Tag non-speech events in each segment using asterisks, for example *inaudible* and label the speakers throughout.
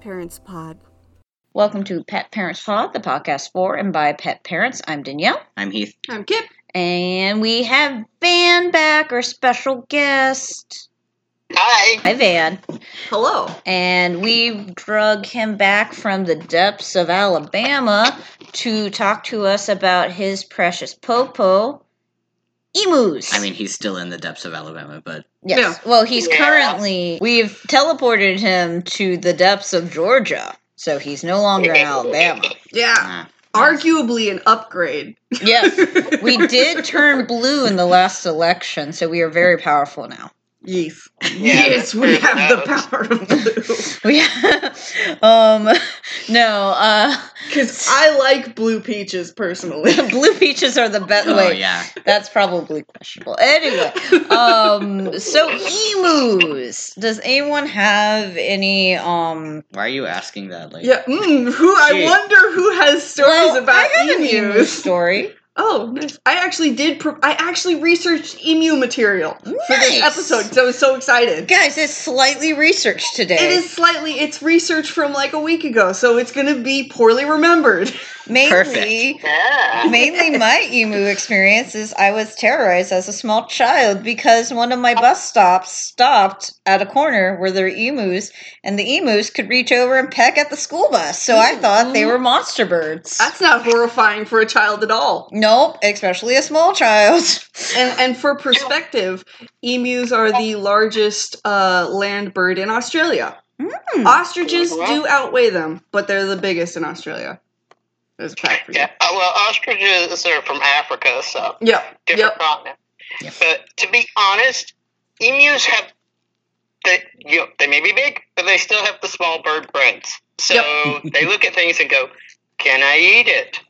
Speaker 1: Parents Pod.
Speaker 2: Welcome to Pet Parents Pod, the podcast for and by pet parents. I'm Danielle,
Speaker 3: I'm Heath.
Speaker 1: I'm Kip.
Speaker 2: and we have Van back, our special guest.
Speaker 3: Hi.
Speaker 2: Hi, Van.
Speaker 1: Hello.
Speaker 2: And we drug him back from the depths of Alabama to talk to us about his precious popo, emus.
Speaker 3: I mean, he's still in the depths of Alabama, but
Speaker 2: yes. Well, he's
Speaker 3: Yeah.
Speaker 2: currently, we've teleported him to the depths of Georgia. So he's no longer
Speaker 3: *laughs*
Speaker 2: in Alabama.
Speaker 1: Yeah,
Speaker 3: uh,
Speaker 1: arguably an
Speaker 2: *laughs*
Speaker 1: upgrade.
Speaker 2: Yes. We did turn blue in the last election, so we are very powerful now.
Speaker 1: Yes.
Speaker 3: Yeah,
Speaker 1: yes, we
Speaker 3: that's fair
Speaker 1: have the
Speaker 3: enough.
Speaker 1: power
Speaker 2: *laughs*
Speaker 1: of blue.
Speaker 2: We um no, uh *laughs*
Speaker 1: Because I like blue peaches personally.
Speaker 2: blue peaches are the best
Speaker 3: oh
Speaker 2: wait,
Speaker 3: yeah,
Speaker 2: that's probably questionable. Anyway, um so emus. Does anyone have any um
Speaker 3: why are you asking that? Like,
Speaker 1: *laughs* Yeah. Mm, who? I
Speaker 3: Gee.
Speaker 1: wonder who has stories
Speaker 2: well,
Speaker 1: about
Speaker 2: I got an emu
Speaker 1: emus.
Speaker 2: story.
Speaker 1: Oh, nice. I actually did. Pro- I actually researched emu material for this
Speaker 2: Nice.
Speaker 1: episode because I was so excited.
Speaker 2: Guys, it's slightly researched today.
Speaker 1: It is slightly. It's research from like a week ago, so it's going to be poorly remembered. *laughs*
Speaker 2: mainly
Speaker 3: Perfect.
Speaker 2: mainly my emu experience is I was terrorized as a small child because one of my bus stops stopped at a corner where there were emus, and the emus could reach over and peck at the school bus. So I thought they were monster birds.
Speaker 1: That's not horrifying for a child at all.
Speaker 2: Nope, especially a small child. *laughs*
Speaker 1: And and for perspective, emus are the largest uh, land bird in Australia.
Speaker 2: Hmm.
Speaker 1: Ostriches do outweigh them, but they're the biggest in Australia. There's a fact for you.
Speaker 4: Yeah, uh, well, ostriches are from Africa, so
Speaker 1: Yep.
Speaker 4: different
Speaker 1: Yep.
Speaker 4: continent.
Speaker 3: Yep.
Speaker 4: But to be honest, emus have they you know, they may be big, but they still have the small bird brains. So *laughs* they look at things and go, "Can I eat it?"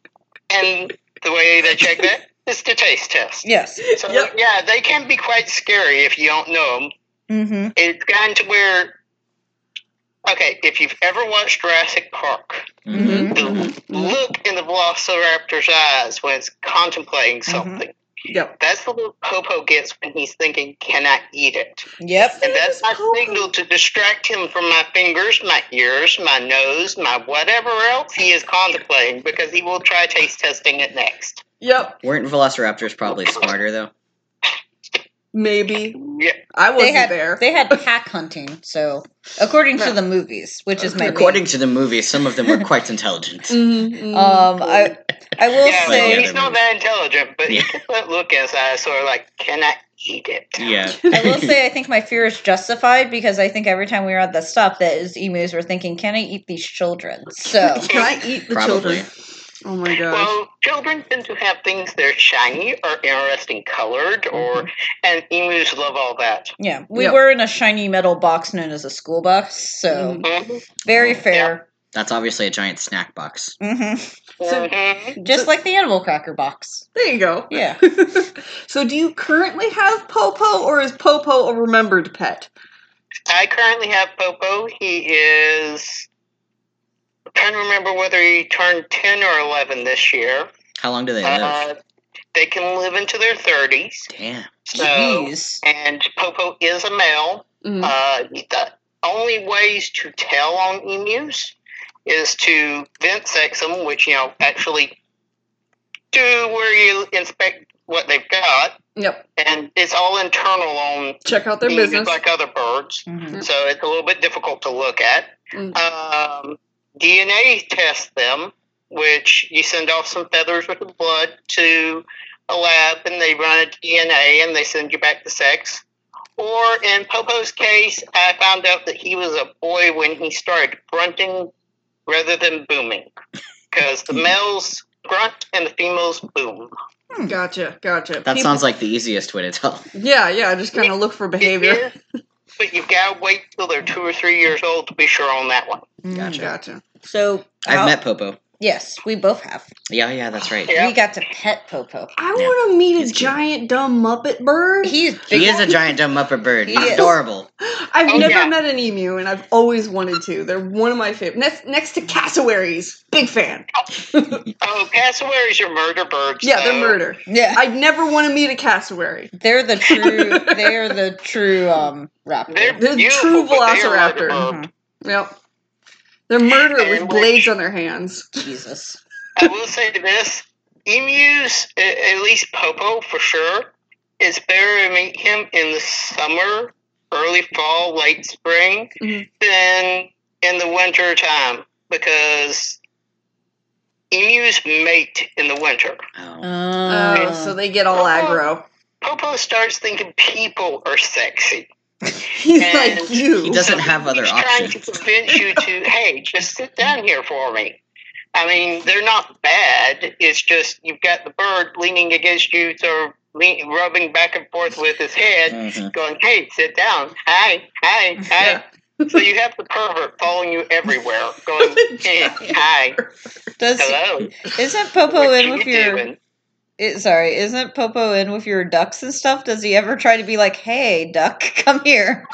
Speaker 4: And the way they check that is the taste test.
Speaker 2: Yes.
Speaker 4: So
Speaker 1: Yep.
Speaker 4: yeah, they can be quite scary if you don't know them.
Speaker 2: Mm-hmm.
Speaker 4: It's gotten to where. Okay, if you've ever watched Jurassic Park,
Speaker 3: mm-hmm.
Speaker 2: Mhm.
Speaker 4: the look in the velociraptor's eyes when it's contemplating something.
Speaker 1: Yep.
Speaker 4: That's the look Popo gets when he's thinking, Can I eat it?
Speaker 2: Yep.
Speaker 4: And that's my
Speaker 1: Popo.
Speaker 4: signal to distract him from my fingers, my ears, my nose, my whatever else he is contemplating because he will try taste testing it next.
Speaker 1: Yep.
Speaker 3: weren't Velociraptors probably smarter though?
Speaker 1: Maybe
Speaker 4: Yeah.
Speaker 1: I wasn't
Speaker 2: They had
Speaker 1: there.
Speaker 2: they had pack hunting, so according to the movies, which is my
Speaker 3: According to the movie, some of them were quite intelligent.
Speaker 1: Mhm,
Speaker 2: main- um I I will
Speaker 4: yeah,
Speaker 3: say-
Speaker 4: so
Speaker 2: say
Speaker 4: he's not that intelligent, but he gets that look in his eyes, sort of like, Can I eat it?
Speaker 3: *laughs* Yeah,
Speaker 2: *laughs* I
Speaker 3: *laughs*
Speaker 2: will say I think my fear is justified because I think every time we were at the stop, that is emus were thinking, "Can I eat these children?"
Speaker 1: *laughs*
Speaker 2: So
Speaker 1: Can I eat the
Speaker 3: Probably.
Speaker 1: children? Oh my gosh.
Speaker 4: Well, children tend to have things that are shiny or interesting colored, or
Speaker 1: Mm-hmm.
Speaker 4: and emus love all that.
Speaker 2: yeah, we
Speaker 1: Yep.
Speaker 2: were in a shiny metal box known as a school bus. So
Speaker 1: Mhm.
Speaker 4: Mhm.
Speaker 2: very fair,
Speaker 3: that's obviously a giant snack box.
Speaker 2: hmm
Speaker 1: So-
Speaker 4: Mhm.
Speaker 2: just like the animal cracker box.
Speaker 1: There you go. *laughs*
Speaker 2: Yeah,
Speaker 1: so do you currently have Popo or is Popo a remembered pet?
Speaker 4: I currently have Popo. He is. I'm trying to remember whether he turned 10 or 11 this year.
Speaker 3: How long do they live?
Speaker 4: Uh, they can live into their 30s.
Speaker 3: Damn.
Speaker 4: So,
Speaker 2: jeez.
Speaker 4: And Popo is a male.
Speaker 2: Mm-hmm.
Speaker 1: Mhm.
Speaker 4: Uh, the only ways to tell on emus is to vent sex them, which you know actually do where you inspect what they've got,
Speaker 1: Yep.
Speaker 4: and it's all internal on
Speaker 1: Check out their
Speaker 4: emus
Speaker 1: business.
Speaker 4: like other birds,
Speaker 2: Mhm.
Speaker 4: so it's a little bit difficult to look at.
Speaker 1: Mm.
Speaker 4: Um, DNA test them, which you send off some feathers with the blood to a lab, and they run a DNA, and they send you back the sex. Or in Popo's case, I found out that he was a boy when he started grunting rather than booming, because the males grunt and the females boom.
Speaker 2: Hmm.
Speaker 1: Gotcha. Gotcha.
Speaker 3: That
Speaker 1: People-
Speaker 3: sounds like the easiest way to tell.
Speaker 1: Yeah, yeah, just kind of look for behavior.
Speaker 4: It is, but you've got to wait till they're two or three years old to be sure on that one.
Speaker 2: Mm.
Speaker 3: Gotcha.
Speaker 1: Gotcha.
Speaker 2: So
Speaker 3: I've
Speaker 2: how-
Speaker 3: met Popo.
Speaker 2: Yes, we both have.
Speaker 3: Yeah, yeah, that's right.
Speaker 4: Yeah.
Speaker 2: We got to pet Popo.
Speaker 1: I want to meet a giant dumb Muppet bird.
Speaker 2: He is big.
Speaker 3: He is a giant dumb upper bird.
Speaker 2: He
Speaker 3: He's
Speaker 2: is.
Speaker 3: adorable.
Speaker 1: *gasps* I've
Speaker 4: Oh,
Speaker 1: never
Speaker 4: yeah.
Speaker 1: met an emu, and I've always wanted to. They're one of my favorite. Next, next to cassowaries, big fan.
Speaker 4: Oh, cassowaries are murder birds.
Speaker 1: Yeah, they're
Speaker 4: though.
Speaker 1: murder.
Speaker 2: *laughs* yeah,
Speaker 1: I'd never want to meet a cassowary.
Speaker 2: they're the true. They are the true um raptor. Mm-hmm.
Speaker 4: They're,
Speaker 1: They're
Speaker 4: beautiful,
Speaker 1: true Mm-hmm.
Speaker 4: but they are murder
Speaker 1: velociraptor.
Speaker 4: birds.
Speaker 2: Mhm.
Speaker 1: Yep. They're murdered
Speaker 4: And
Speaker 1: with
Speaker 4: which-
Speaker 1: blades on their hands.
Speaker 2: Jesus.
Speaker 4: I will say this: emus, a- at least Popo for sure, it's better to meet him in the summer, early fall, late spring,
Speaker 1: Mhm.
Speaker 4: than in the winter time because emus mate in the winter.
Speaker 3: Oh.
Speaker 2: Oh,
Speaker 1: Oh, so they get all aggro. *laughs*
Speaker 4: Popo starts thinking people are sexy.
Speaker 1: He's
Speaker 4: And
Speaker 1: like you.
Speaker 3: He doesn't have other
Speaker 4: He's trying to
Speaker 3: options.
Speaker 4: convince you to,
Speaker 3: *laughs*
Speaker 4: hey, just sit down here for me. I mean, they're not bad. It's just you've got the bird leaning against you, sort of lean, rubbing back and forth with his head,
Speaker 3: Mhm.
Speaker 4: going, hey, sit down. Hi, hi, hi. So you have the pervert following you everywhere, going,
Speaker 2: *laughs*
Speaker 4: hey, hi,
Speaker 2: does
Speaker 4: hello.
Speaker 2: isn't Popo
Speaker 4: what
Speaker 2: in
Speaker 4: you
Speaker 2: with your?
Speaker 4: doing?
Speaker 2: It, sorry, isn't Popo in with your ducks and stuff? Does he ever try to be like, "Hey, duck, *laughs* come here"?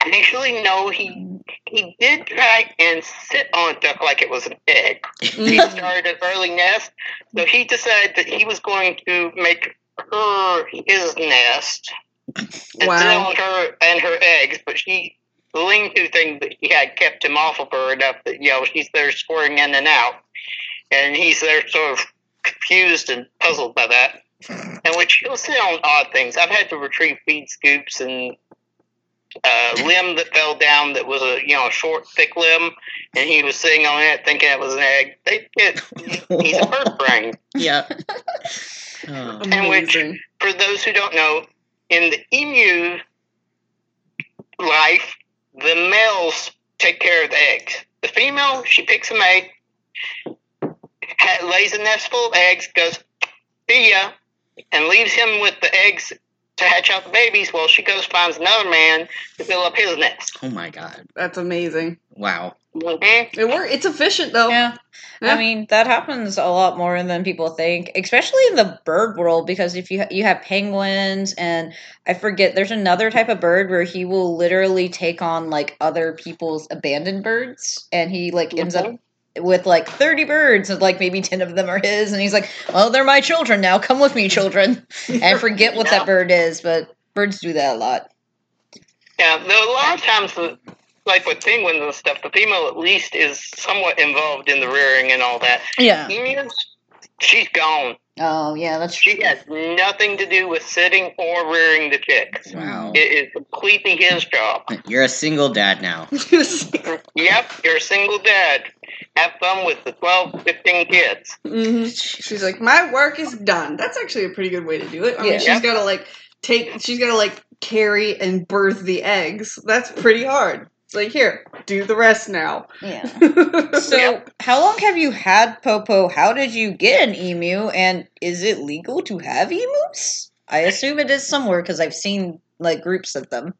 Speaker 4: Actually, no, he he did try and sit on a duck like it was an egg. he
Speaker 1: Mm.
Speaker 4: started an early nest, so he decided that he was going to make her his nest and sit
Speaker 1: wow.
Speaker 4: on her and her eggs. But she, the lean-to thing that she had kept him off of her enough that you know she's there squirting in and out, and he's there sort of confused and puzzled by that. And which he'll sit on odd things. I've had to retrieve feed scoops and a uh, limb that fell down that was a you know a short thick limb, and he was sitting on it thinking it was an egg. They it, *laughs*
Speaker 3: *laughs*
Speaker 4: he's a bird brain.
Speaker 2: *laughs*
Speaker 3: Yeah. Oh.
Speaker 4: and which-
Speaker 1: Amazing.
Speaker 4: For those who don't know, in the emu life, the males take care of the eggs. The female she picks a mate, ha- lays a nest full of eggs, goes see ya, and leaves him with the eggs. To hatch out the babies, while she goes finds another man to fill up his nest.
Speaker 3: Oh my god.
Speaker 1: That's amazing.
Speaker 3: Wow.
Speaker 4: Mhm.
Speaker 1: It works. It's efficient though. *laughs*
Speaker 2: Yeah.
Speaker 1: Oh, Yeah.
Speaker 2: I mean that happens a lot more than people think, especially in the bird world. Because if you you have penguins, and I forget, there's another type of bird where he will literally take on like other people's abandoned birds, and he like ends up with like 30 birds and like maybe 10 of them are his and he's like well they're my children now come with me children and I forget what that
Speaker 4: Yeah.
Speaker 2: bird is but birds do that a lot
Speaker 4: Yeah, though a lot of times, the- like with penguins and stuff, the female at least is somewhat involved in the rearing and all that.
Speaker 2: yeah
Speaker 4: Emus, she's gone.
Speaker 2: oh yeah that's true
Speaker 4: She has nothing to do with sitting or rearing the chick.
Speaker 3: Wow.
Speaker 4: It is completely his job.
Speaker 3: You're a single dad
Speaker 2: *laughs*
Speaker 3: now.
Speaker 4: Yep, you're a single dad. Have fun with the 12, 15 kids.
Speaker 1: hmm She's like, my work is done. That's actually a pretty good way to do it. I mean,
Speaker 2: Yeah.
Speaker 1: she's got to like take. She's got to like carry and birth the eggs. That's pretty hard. It's like here, do the
Speaker 2: *laughs*
Speaker 1: rest now. Mm-hmm.
Speaker 2: yeah
Speaker 1: so
Speaker 2: so how long have you had popo how did you get an emu and is it legal to have emus i assume it is somewhere because i've seen like groups of them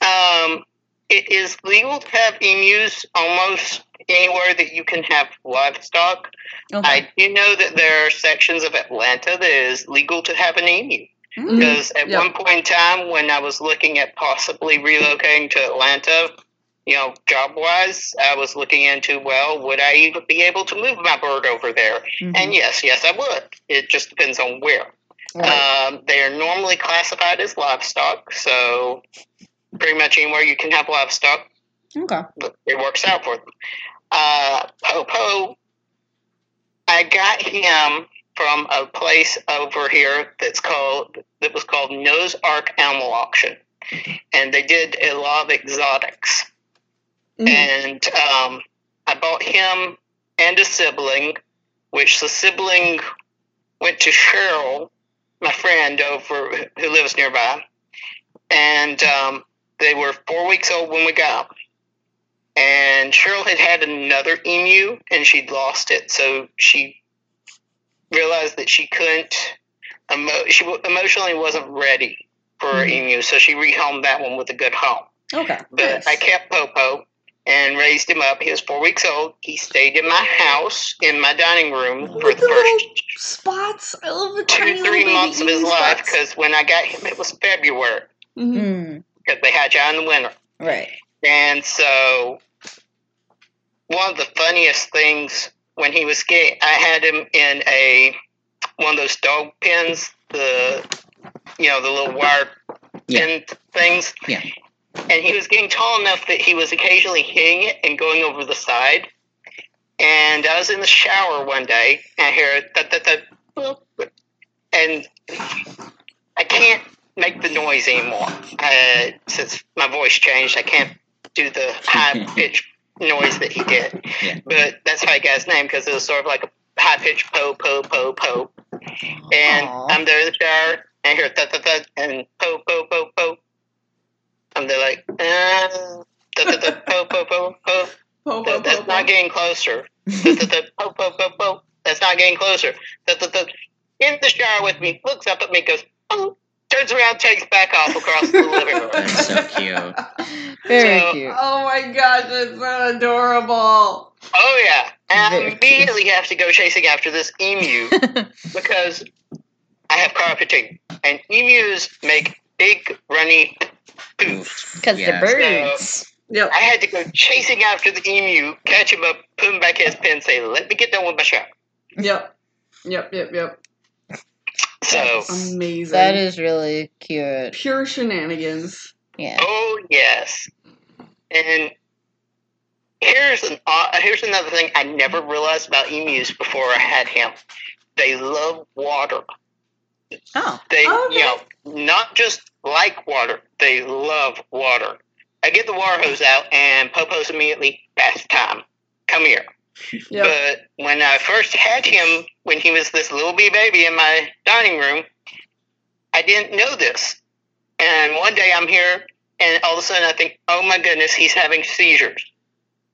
Speaker 4: Um, it is legal to have emus almost anywhere that you can have livestock.
Speaker 2: okay
Speaker 4: I do know that there are sections of Atlanta that is legal to have an emu.
Speaker 1: Mm-hmm.
Speaker 4: Because at
Speaker 1: Yeah.
Speaker 4: one point in time, when I was looking at possibly relocating to Atlanta, you know, job wise, I was looking into, well, would I even be able to move my bird over there?
Speaker 2: Mhm.
Speaker 4: And yes, yes, I would. It just depends on where.
Speaker 2: Right.
Speaker 4: Um, they are normally classified as livestock, so pretty much anywhere you can have livestock,
Speaker 2: okay
Speaker 4: it works out for them. Uh, Popo, I got him from a place over here that's called that was called Nose Ark Animal Auction, and they did a lot of exotics.
Speaker 2: Mm.
Speaker 4: And um, I bought him and a sibling, which the sibling went to Cheryl, my friend over who lives nearby, and um, they were four weeks old when we got 'em. And Cheryl had had another emu, and she'd lost it, so she realized that she couldn't. Emo- she w- emotionally wasn't ready for an
Speaker 2: Mhm.
Speaker 4: emu, so she rehomed that one with a good home.
Speaker 2: okay
Speaker 4: But I kept Popo and raised him up. He was four weeks old. He stayed in my house in my dining room for
Speaker 1: With
Speaker 4: the
Speaker 1: the
Speaker 4: first
Speaker 1: little spots. I love the tiny
Speaker 4: two,
Speaker 1: little
Speaker 4: three
Speaker 1: baby
Speaker 4: months of his
Speaker 1: emu
Speaker 4: life
Speaker 1: spots.
Speaker 4: because when I got him, it was February
Speaker 1: Mhm.
Speaker 2: Mm,
Speaker 4: because they hatch out in the winter.
Speaker 2: right
Speaker 4: And so, one of the funniest things when he was scared, I had him in a one of those dog pens, the you know the little wire
Speaker 3: Yeah.
Speaker 4: pin things.
Speaker 3: Yeah.
Speaker 4: and he was getting tall enough that he was occasionally hitting it and going over the side. And I was in the shower one day, and I hear that that that, and I can't make the noise anymore. Uh, since my voice changed, I can't do the
Speaker 3: *laughs*
Speaker 4: high pitched noise that he did.
Speaker 3: Yeah.
Speaker 4: But that's how I got his name because it was sort of like a high pitched po po po po and
Speaker 2: Aw.
Speaker 4: I'm there in the shower, and I hear thud, thud, thud, and po, po, po, po. I'm there like, uh, thud, thud, thud, po, po, po, po.
Speaker 1: *laughs* Po, po,
Speaker 4: That,
Speaker 1: po,
Speaker 4: that's not
Speaker 1: po.
Speaker 4: getting closer. Thud, thud, thud, po, po, po, po. That's not getting closer. Thud, thud, thud. In the shower with me, looks up at me, goes, oh, turns around, takes back off across the living room.
Speaker 3: That's so cute.
Speaker 2: Very
Speaker 4: So-
Speaker 2: cute.
Speaker 1: Oh my gosh, it's so adorable.
Speaker 4: Oh, yeah. And I
Speaker 2: Very cute.
Speaker 4: immediately have to go chasing after this emu. because I have carpeting, and emus make big runny poops.
Speaker 2: Because
Speaker 3: Yeah.
Speaker 2: they're birds.
Speaker 1: Yep.
Speaker 4: I had to go chasing after the emu, catch him up, put him back in his pen, say, "Let me get done with my shot."
Speaker 1: Yep. Yep. Yep. Yep.
Speaker 4: So,
Speaker 1: Amazing.
Speaker 2: That is really cute.
Speaker 1: pure shenanigans.
Speaker 2: Yeah.
Speaker 4: oh yes, and here's an uh, here's another thing I never realized about emus before I had him. They love water.
Speaker 2: Oh.
Speaker 4: They,
Speaker 1: Okay.
Speaker 4: you know, not just like water, they love water. I get the water hose out, and Popo's immediately, that's time. Come here.
Speaker 1: Yep. *laughs*
Speaker 4: But when I first had him, when he was this little bee baby in my dining room, I didn't know this. And one day I'm here, and all of a sudden I think, oh my goodness, he's having seizures.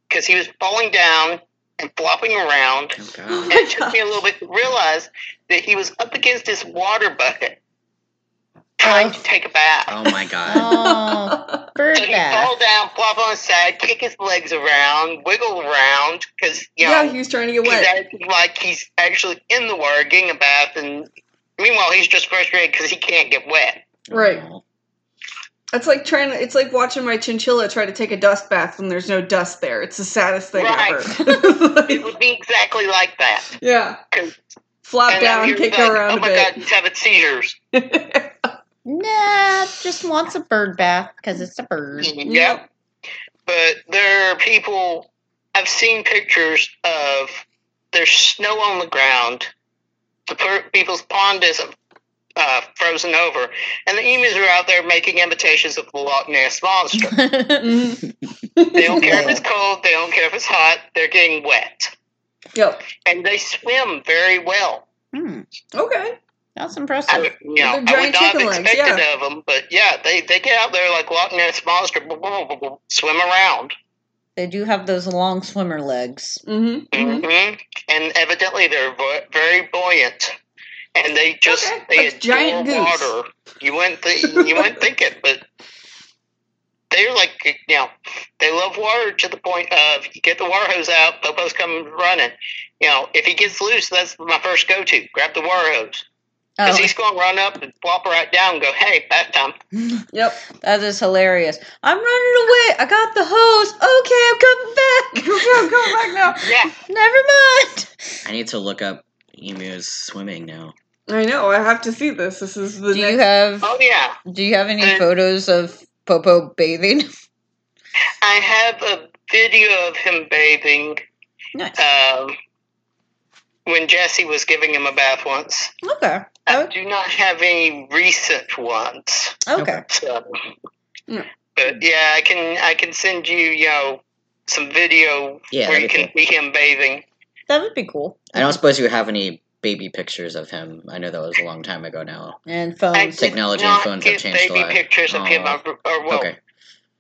Speaker 4: Because he was falling down and flopping around,
Speaker 3: Oh,
Speaker 4: *laughs*
Speaker 3: God.
Speaker 4: and it took me a little bit to realize that he was up against this water bucket trying to take a bath.
Speaker 3: Oh, my God.
Speaker 2: Oh,
Speaker 4: *laughs*
Speaker 2: bird
Speaker 4: So he'd
Speaker 2: bath.
Speaker 4: fall down, flop on his side, kick his legs around, wiggle around, because, you
Speaker 1: yeah,
Speaker 4: know,
Speaker 1: he was trying to get
Speaker 4: he's
Speaker 1: wet.
Speaker 4: acting like he's actually in the water getting a bath, and meanwhile, he's just frustrated because he can't get wet.
Speaker 2: Uh,
Speaker 1: Right.
Speaker 3: Oh,
Speaker 1: It's like trying. To, it's like watching my chinchilla try to take a dust bath when there's no dust there. It's the saddest thing
Speaker 4: Right.
Speaker 1: ever. *laughs*
Speaker 4: It *laughs*
Speaker 1: Like,
Speaker 4: would be exactly like that.
Speaker 1: yeah.
Speaker 4: 'Cause-
Speaker 1: Flop
Speaker 4: and I'm
Speaker 1: down,
Speaker 4: here
Speaker 1: kick
Speaker 4: like,
Speaker 1: her around
Speaker 4: oh my
Speaker 1: a
Speaker 4: god, he's having seizures.
Speaker 1: bit.
Speaker 2: Nah, just wants a bird bath because it's a bird.
Speaker 1: Mm-hmm.
Speaker 4: Yep. but there are people I've seen pictures of there's snow on the ground. The per- people's pond isn't uh, frozen over, and the emus are out there making imitations of the Loch Ness
Speaker 2: *laughs*
Speaker 4: monster.
Speaker 1: Mhm.
Speaker 4: Hmm. they don't
Speaker 1: *laughs*
Speaker 4: care if it's cold. They don't care if it's hot. They're getting wet,
Speaker 1: Yep.
Speaker 4: and they swim very well.
Speaker 2: Hmm,
Speaker 1: Okay.
Speaker 2: that's
Speaker 4: I,
Speaker 2: impressive.
Speaker 4: would- you know,
Speaker 1: They're
Speaker 4: I would not
Speaker 1: giant
Speaker 4: have
Speaker 1: chicken legs,
Speaker 4: expected of them, but yeah, they, they get out there like Loch Ness monster, swim around.
Speaker 2: They do have those long swimmer legs.
Speaker 1: hmm hmm
Speaker 4: hmm And evidently, they're vo- very buoyant, and they just
Speaker 1: Okay,
Speaker 4: they
Speaker 1: like giant
Speaker 4: adore
Speaker 1: goose.
Speaker 4: water. You wouldn't th- you wouldn't think it, but they're like you know they love water to the point of you get the water hose out, Popo's coming running. You know, if he gets loose, that's my first go to. Grab the water hose because
Speaker 2: Oh,
Speaker 4: he's going to run up and flop right down. and Go, hey, bath time.
Speaker 1: Yep.
Speaker 2: that is hilarious. I'm running away. I got the hose. Okay, I'm *laughs* coming back.
Speaker 1: *laughs* Go back now.
Speaker 4: Yeah,
Speaker 2: Never mind.
Speaker 3: I need to look up emus swimming now.
Speaker 1: I know. I have to see this. This is the
Speaker 2: Do
Speaker 1: next.
Speaker 2: you have
Speaker 4: oh yeah.
Speaker 2: Do you have any
Speaker 4: Uh,
Speaker 2: photos of Popo bathing?
Speaker 4: I have a video of him bathing
Speaker 2: Nice.
Speaker 4: um, when Jesse was giving him a bath once.
Speaker 2: Okay.
Speaker 4: I
Speaker 2: Oh.
Speaker 4: do not have any recent ones.
Speaker 2: Okay.
Speaker 4: So.
Speaker 1: Yeah.
Speaker 4: But yeah, I can I can send you, you know, some video
Speaker 3: Yeah,
Speaker 4: where
Speaker 3: that'd
Speaker 4: you
Speaker 3: be
Speaker 4: can see him bathing.
Speaker 2: That would be cool.
Speaker 3: I don't suppose you have any baby pictures of him. I know that was a long time ago now.
Speaker 2: And
Speaker 4: I
Speaker 2: phones.
Speaker 4: did
Speaker 3: Technology and
Speaker 4: not
Speaker 3: phones have
Speaker 4: get
Speaker 3: changed a
Speaker 4: baby
Speaker 3: lot.
Speaker 4: pictures of him.
Speaker 3: Aw.
Speaker 4: I, or, well,
Speaker 3: okay.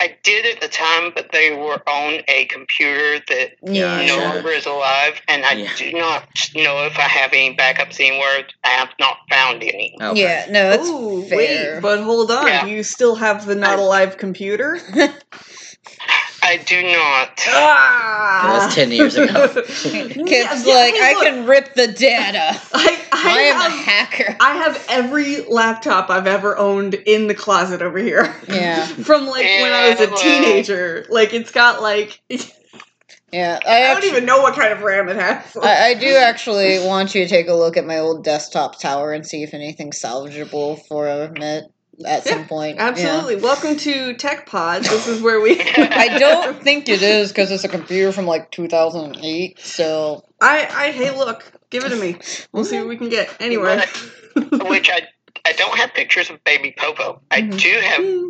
Speaker 4: I did at the time, but they were on a computer that
Speaker 2: Yeah.
Speaker 4: no
Speaker 3: Gotcha.
Speaker 4: longer is alive, and I
Speaker 3: Yeah.
Speaker 4: do not know if I have any backups anywhere. I have not found any.
Speaker 3: Oh, Okay.
Speaker 2: Yeah. No, that's
Speaker 1: Ooh,
Speaker 2: fair.
Speaker 1: wait,
Speaker 2: *laughs*
Speaker 1: but hold on.
Speaker 4: Yeah.
Speaker 1: Do you still have the not
Speaker 4: I- *laughs*
Speaker 1: alive computer?
Speaker 4: I do not.
Speaker 1: *laughs* ah!
Speaker 3: That was 10 years
Speaker 1: *laughs*
Speaker 3: ago.
Speaker 2: Kip's
Speaker 1: Yeah, yeah,
Speaker 2: like,
Speaker 1: hey,
Speaker 2: I
Speaker 1: look,
Speaker 2: can rip the data.
Speaker 1: I, *laughs* I,
Speaker 2: I am a
Speaker 1: have,
Speaker 2: hacker.
Speaker 1: I have every laptop I've ever owned in the closet over here. *laughs*
Speaker 2: Yeah.
Speaker 1: From like when I was
Speaker 4: Yeah,
Speaker 1: a
Speaker 4: well.
Speaker 1: teenager. Like it's got like
Speaker 2: Yeah. I
Speaker 1: *laughs* I don't
Speaker 2: actually,
Speaker 1: even know what kind of RAM it has.
Speaker 2: I, I do actually want you to take a look at my old desktop tower and see if anything's salvageable for it. at some point. Yeah.
Speaker 1: *laughs* Absolutely. Welcome to Tech Pod. This is where *laughs* we.
Speaker 2: I don't think it is because it's a computer from like 2008. So
Speaker 1: I, I. Hey, look. Give it to me. We'll see what we can get. Anyway. *laughs*
Speaker 4: which I I don't have pictures of baby Popo. I
Speaker 1: Mm-hmm.
Speaker 2: Mhm.
Speaker 4: do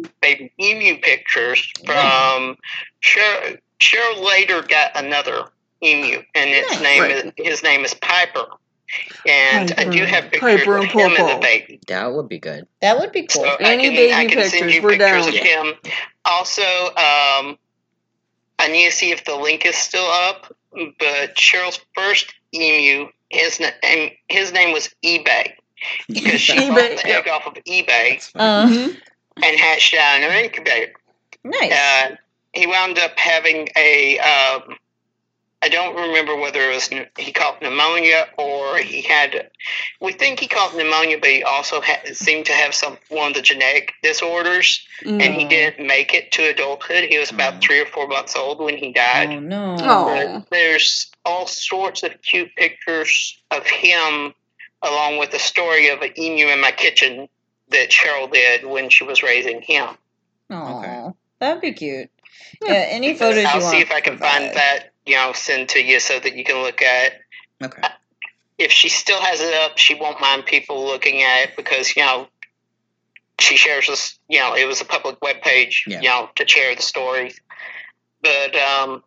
Speaker 4: have baby emu pictures from Cheryl. Cheryl later got another emu, and its
Speaker 2: Nice.
Speaker 4: name
Speaker 1: Right.
Speaker 4: is his name is Piper. And I do
Speaker 1: Piper.
Speaker 4: have pictures
Speaker 1: Piper
Speaker 4: of
Speaker 1: and
Speaker 4: him and
Speaker 1: Popo.
Speaker 4: the baby.
Speaker 3: That would be good.
Speaker 2: that would be cool.
Speaker 4: So I
Speaker 1: Any
Speaker 4: can,
Speaker 1: baby
Speaker 4: I can send
Speaker 1: pictures,
Speaker 4: you
Speaker 1: we're
Speaker 4: pictures of
Speaker 1: down.
Speaker 4: him. Also, um, I need to see if the link is still up. But Cheryl's first emu, his name his name was eBay
Speaker 3: *laughs*
Speaker 4: because she
Speaker 1: *laughs* eBay,
Speaker 4: bought the
Speaker 1: yep.
Speaker 4: egg off of eBay
Speaker 3: That's funny.
Speaker 2: Uh,
Speaker 1: Mhm.
Speaker 4: and hatched out in an incubator.
Speaker 2: nice.
Speaker 4: Uh, he wound up having a um, I don't remember whether it was n- he caught pneumonia or he had we think he caught pneumonia, but he also ha- seemed to have some one of the genetic disorders, and
Speaker 1: Mm.
Speaker 4: he didn't make it to adulthood. He was about
Speaker 3: Mm.
Speaker 4: three or four months old when he died.
Speaker 2: Oh no.
Speaker 1: Oh.
Speaker 4: But there's all sorts of cute pictures of him, along with the story of an emu in my kitchen that Cheryl did when she was raising him.
Speaker 2: Aw, That'd be cute.
Speaker 1: Oh, Yeah.
Speaker 2: Yeah, any photos
Speaker 4: I'll
Speaker 2: you want.
Speaker 4: see if I can
Speaker 2: provide.
Speaker 4: find that, you know, send to you so that you can look at it.
Speaker 2: Uh.
Speaker 3: Okay.
Speaker 4: If she still has it up, she won't mind people looking at it because, you know, she shares this, you know, it was a public webpage,
Speaker 3: Yeah.
Speaker 4: you know, to share the story. But um,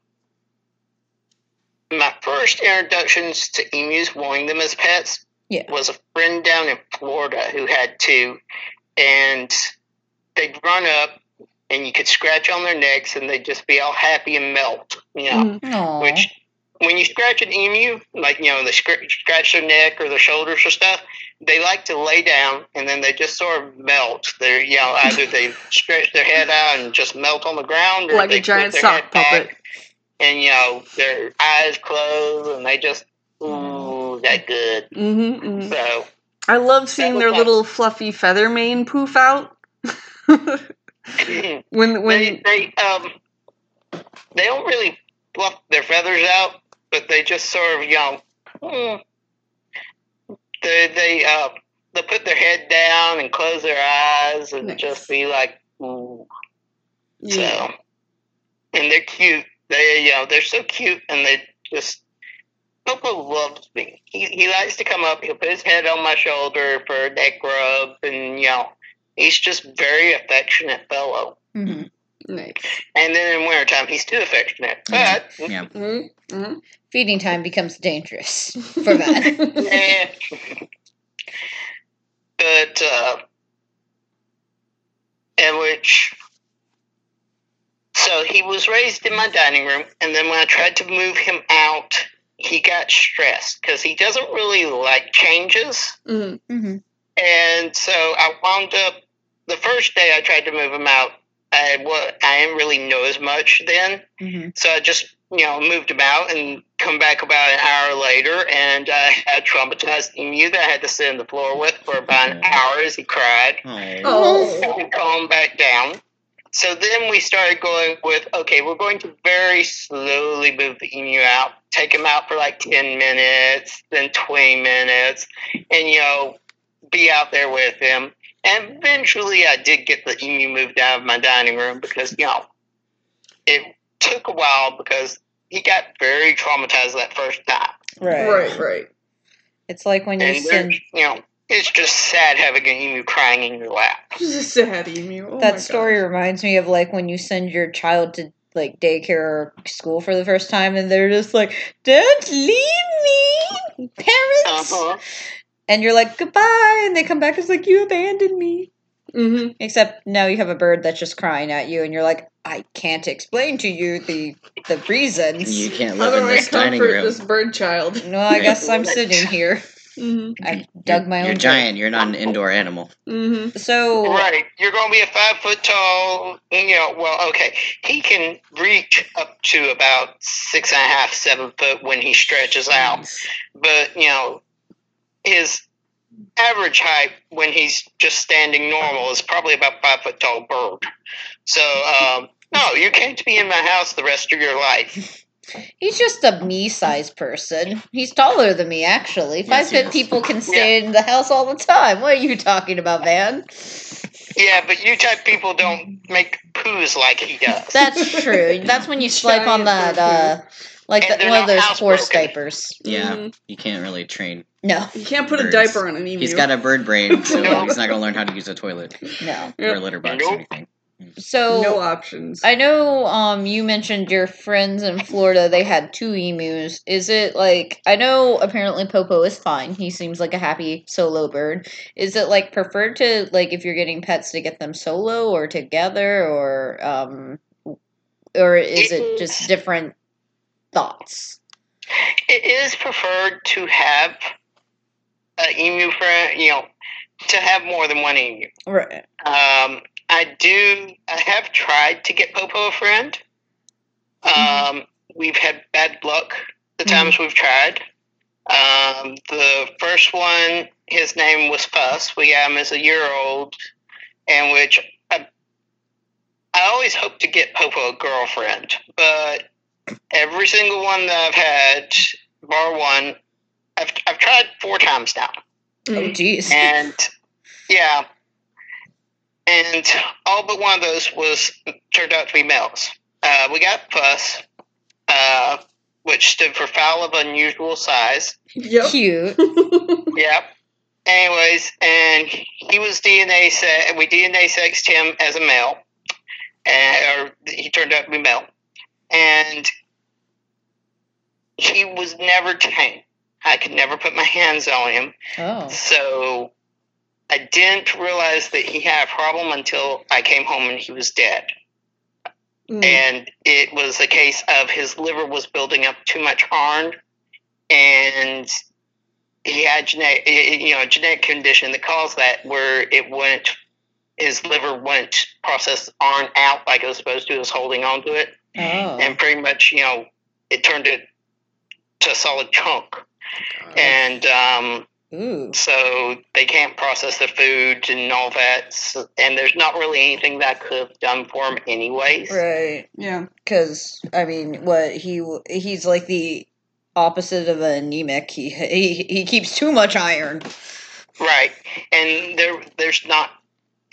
Speaker 4: my first introductions to emus, wanting them as pets,
Speaker 2: Yeah.
Speaker 4: was a friend down in Florida who had two. And they'd run up and you could scratch on their necks and they'd just be all happy and melt, you know.
Speaker 1: Mhm.
Speaker 2: Aw.
Speaker 4: Which, when you scratch an emu, like you know, they scr- scratch their neck or their shoulders or stuff, they like to lay down and then they just sort of melt. They're you know either
Speaker 1: *laughs*
Speaker 4: they stretch their head out and just melt on the ground, or
Speaker 1: Like
Speaker 4: they
Speaker 1: a giant
Speaker 4: put their head
Speaker 1: sock
Speaker 4: back
Speaker 1: puppet.
Speaker 4: and you know their eyes close and they just ooh that good.
Speaker 1: Mm-hmm,
Speaker 4: So *clears throat*
Speaker 1: I love seeing their
Speaker 4: Okay.
Speaker 1: little fluffy feather mane poof out. *laughs* when
Speaker 4: they
Speaker 1: when
Speaker 4: they um they don't really fluff their feathers out, but they just sort of you know
Speaker 1: Hmm.
Speaker 4: mm, they they uh they put their head down and close their eyes and
Speaker 1: Nice.
Speaker 4: just be like mm,
Speaker 1: yeah.
Speaker 4: so and they're cute they you know they're so cute and they just Popo loves me. He he likes to come up. He'll put his head on my shoulder for a neck rub, and you know he's just very affectionate fellow.
Speaker 2: Mhm.
Speaker 1: nice.
Speaker 4: And then in wintertime, he's too affectionate. But
Speaker 3: Yeah.
Speaker 1: Mhm, mhm.
Speaker 2: Feeding time becomes
Speaker 1: *laughs*
Speaker 2: dangerous for that.
Speaker 4: eh. but uh, in which, so he was raised in my dining room, and then when I tried to move him out, he got stressed because he doesn't really like changes.
Speaker 1: Mhm.
Speaker 2: Mhm.
Speaker 4: And so I wound up the first day I tried to move him out. I wa I didn't really know as much then.
Speaker 2: Mhm.
Speaker 4: So I just, you know, moved him out and come back about an hour later, and I had traumatized emu that I had to sit on the floor with for about an hour as he cried.
Speaker 3: Oh.
Speaker 4: *laughs*
Speaker 1: Oh.
Speaker 4: And calm back down. So then we started going with okay, we're going to very slowly move the emu out, take him out for like 10 minutes, then 20 minutes, and you know, be out there with him. And eventually I did get the emu moved out of my dining room because, you know, it took a while because he got very traumatized that first time.
Speaker 2: Right.
Speaker 1: Right, right.
Speaker 2: It's like when you
Speaker 4: And, there's,
Speaker 2: send.
Speaker 4: you know, it's just sad having an emu crying in your lap.
Speaker 1: She's a sad emu. Oh my
Speaker 2: that story
Speaker 1: gosh.
Speaker 2: reminds me of like when you send your child to like daycare or school for the first time and they're just like, don't leave me, parents.
Speaker 4: Uh-huh.
Speaker 2: And you're like, goodbye. And they come back, it's like, you abandoned me.
Speaker 1: Mhm.
Speaker 2: Except now you have a bird that's just crying at you and you're like, I can't explain to you the the reasons.
Speaker 3: You can't
Speaker 1: How
Speaker 3: live
Speaker 1: do
Speaker 3: in
Speaker 1: I
Speaker 2: *laughs*
Speaker 3: this dining
Speaker 1: comfort
Speaker 3: room.
Speaker 1: this bird child?
Speaker 2: No, I guess I'm sitting here.
Speaker 1: Mhm.
Speaker 2: I dug my
Speaker 3: Mm. You're
Speaker 2: own. hole.
Speaker 3: giant. You're not an indoor animal.
Speaker 1: Mhm.
Speaker 2: So
Speaker 4: Right. You're going to be a five foot tall. You know, well, okay. He can reach up to about six and a half, seven foot when he stretches out.
Speaker 1: Nice.
Speaker 4: But, you know, his average height when he's just standing normal is probably about five foot tall bird. So, um, no, you can't be in my house the rest of your life.
Speaker 2: He's just a me-sized person. He's taller than me, actually.
Speaker 3: Yes, he
Speaker 2: Five-foot
Speaker 3: is.
Speaker 2: people can stay in the house all the time. What are you talking about, man?
Speaker 4: Yeah, but you type people don't make poos like he does.
Speaker 2: That's true. That's when you swipe on
Speaker 1: Giant
Speaker 2: that, uh, like
Speaker 4: And
Speaker 2: that
Speaker 4: they're
Speaker 2: one of
Speaker 4: not
Speaker 2: those horse
Speaker 4: housebroken.
Speaker 2: diapers.
Speaker 3: Yeah,
Speaker 1: Mhm.
Speaker 3: you can't really train.
Speaker 2: No,
Speaker 1: You can't put a
Speaker 3: Birds.
Speaker 1: diaper on an emu.
Speaker 3: He's got a bird
Speaker 2: *laughs*
Speaker 3: brain, so
Speaker 4: No.
Speaker 3: he's not gonna learn how to use a toilet
Speaker 2: no.
Speaker 3: or a litter box or
Speaker 4: Nope.
Speaker 3: anything.
Speaker 2: So
Speaker 1: no options.
Speaker 2: Oh. I know um you mentioned your friends in Florida they had two emus. Is it like I know apparently Popo is fine. He seems like a happy solo bird. Is it like preferred to like if you're getting pets to get them solo or together or um or is it just different thoughts?
Speaker 4: It is preferred to have an emu friend, you know, to have more than one emu.
Speaker 2: Right.
Speaker 4: Um, I do. I have tried to get Popo a friend. Um, we've had bad luck the
Speaker 2: Mhm.
Speaker 4: times we've tried. Um, the first one, his name was Fuss. We got him as a year old, and which I, I always hope to get Popo a girlfriend, but every single one that I've had, bar one, I've, I've tried four times now
Speaker 2: Oh
Speaker 1: Mm.
Speaker 4: *laughs*
Speaker 2: jeez.
Speaker 4: and yeah, and all but one of those was turned out to be males. Uh, we got Fuss, uh, which stood for foul of unusual size.
Speaker 1: Yep.
Speaker 2: Cute.
Speaker 4: Yep. Anyways, and he was DNA set. We DNA sexed him as a male, and or he turned out to be male, and he was never tamed. I could never put my hands on him.
Speaker 2: Oh.
Speaker 4: So I didn't realize that he had a problem until I came home and he was dead.
Speaker 1: Mm.
Speaker 4: And it was a case of his liver was building up too much harm and he had genetic, you know, a genetic condition that caused that where it wouldn't, his liver wouldn't process iron out like it was supposed to. It was holding on to it.
Speaker 2: Oh.
Speaker 4: And pretty much, you know, it turned it to a solid chunk. And, um,
Speaker 2: Ooh.
Speaker 4: so they can't process the food and all that. So, and there's not really anything that I could have done for him, anyways.
Speaker 2: Right.
Speaker 1: Yeah.
Speaker 2: because I mean, what he he's like the opposite of anemic. He he he keeps too much iron.
Speaker 4: Right. And there, there's not.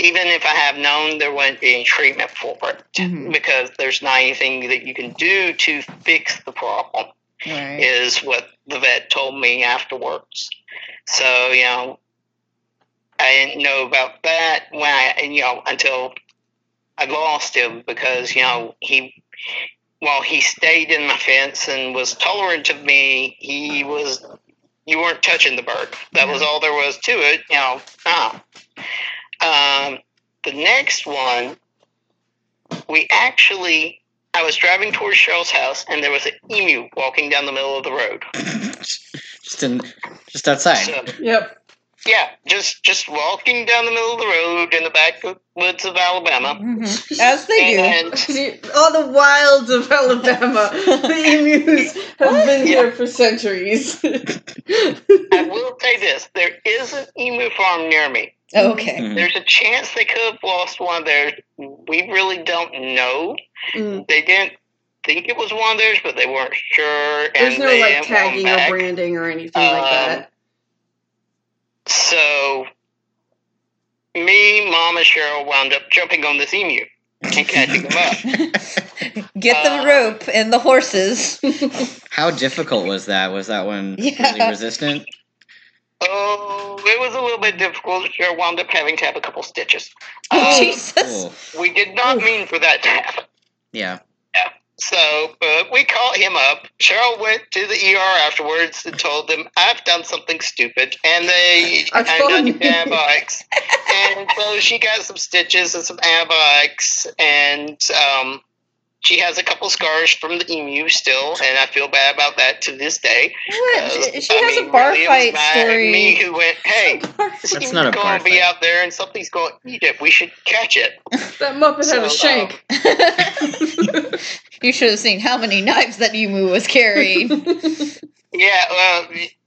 Speaker 4: Even if I have known, there wouldn't be any treatment for it
Speaker 2: Mhm.
Speaker 4: because there's not anything that you can do to fix the problem.
Speaker 2: Right.
Speaker 4: Is what the vet told me afterwards. So you know, I didn't know about that when I, you know until I lost him because you know he while he stayed in my fence and was tolerant of me, he was you weren't touching the bird. That was all there was to it. You know, no. Um, the next one, we actually. I was driving towards Cheryl's house, and there was an emu walking down the middle of the road.
Speaker 3: just in, just outside.
Speaker 4: So,
Speaker 1: Yep.
Speaker 4: yeah, just just walking down the middle of the road in the backwoods of Alabama.
Speaker 1: Mm-hmm.
Speaker 2: Mhm. As they do.
Speaker 4: And
Speaker 1: *laughs* All the wilds of Alabama. The emus have
Speaker 2: What?
Speaker 1: been here for centuries. *laughs* Mm.
Speaker 4: I will say this: there is an emu farm near me.
Speaker 2: Okay. *laughs*
Speaker 1: Hmm.
Speaker 3: Mhm.
Speaker 4: There's a chance they could have lost one of theirs. We really don't know.
Speaker 1: Mm.
Speaker 4: They didn't think it was one of theirs, but they weren't sure. And
Speaker 1: There's no
Speaker 4: they
Speaker 1: like
Speaker 4: didn't want
Speaker 1: tagging or
Speaker 4: back.
Speaker 1: branding or anything
Speaker 4: Um,
Speaker 1: like that.
Speaker 4: So, me, Mom, and Cheryl wound up jumping on this emu and catching him up.
Speaker 2: Get the
Speaker 4: Uh,
Speaker 2: rope and the
Speaker 4: *laughs*
Speaker 2: horses.
Speaker 3: How difficult was that? Was that one
Speaker 2: Yeah. *laughs*
Speaker 3: really resistant?
Speaker 4: Oh, it was a little bit difficult. Cheryl wound up having to have a couple stitches.
Speaker 2: *laughs* Oh,
Speaker 4: Um,
Speaker 2: Jesus.
Speaker 3: Cool.
Speaker 4: we did not mean for that to happen.
Speaker 3: Yeah.
Speaker 4: So, but we caught him up. Cheryl went to the ER afterwards and told them, I've done something stupid.
Speaker 2: *laughs*
Speaker 4: And they,
Speaker 1: I
Speaker 4: I
Speaker 1: told
Speaker 4: am
Speaker 1: you.
Speaker 4: done antibiotics. and so she got some stitches and some antibiotics. And um, she has a couple scars from the emu still. And I feel bad about that to this day.
Speaker 2: What?
Speaker 4: Uh,
Speaker 2: She, she
Speaker 4: I
Speaker 2: has
Speaker 4: mean,
Speaker 2: a bar
Speaker 4: really, it was
Speaker 2: fight
Speaker 4: my-
Speaker 2: story.
Speaker 4: Me who went, hey,
Speaker 1: *laughs*
Speaker 4: this
Speaker 3: That's
Speaker 4: emu's
Speaker 3: not a bar
Speaker 4: going to be
Speaker 3: fight.
Speaker 4: out there and something's going to eat it. We should catch it.
Speaker 1: that Muppet had
Speaker 4: so,
Speaker 1: a
Speaker 4: um,
Speaker 1: shank.
Speaker 4: *laughs*
Speaker 2: you should have seen how many knives that emu was carrying.
Speaker 4: *laughs* Yeah, well,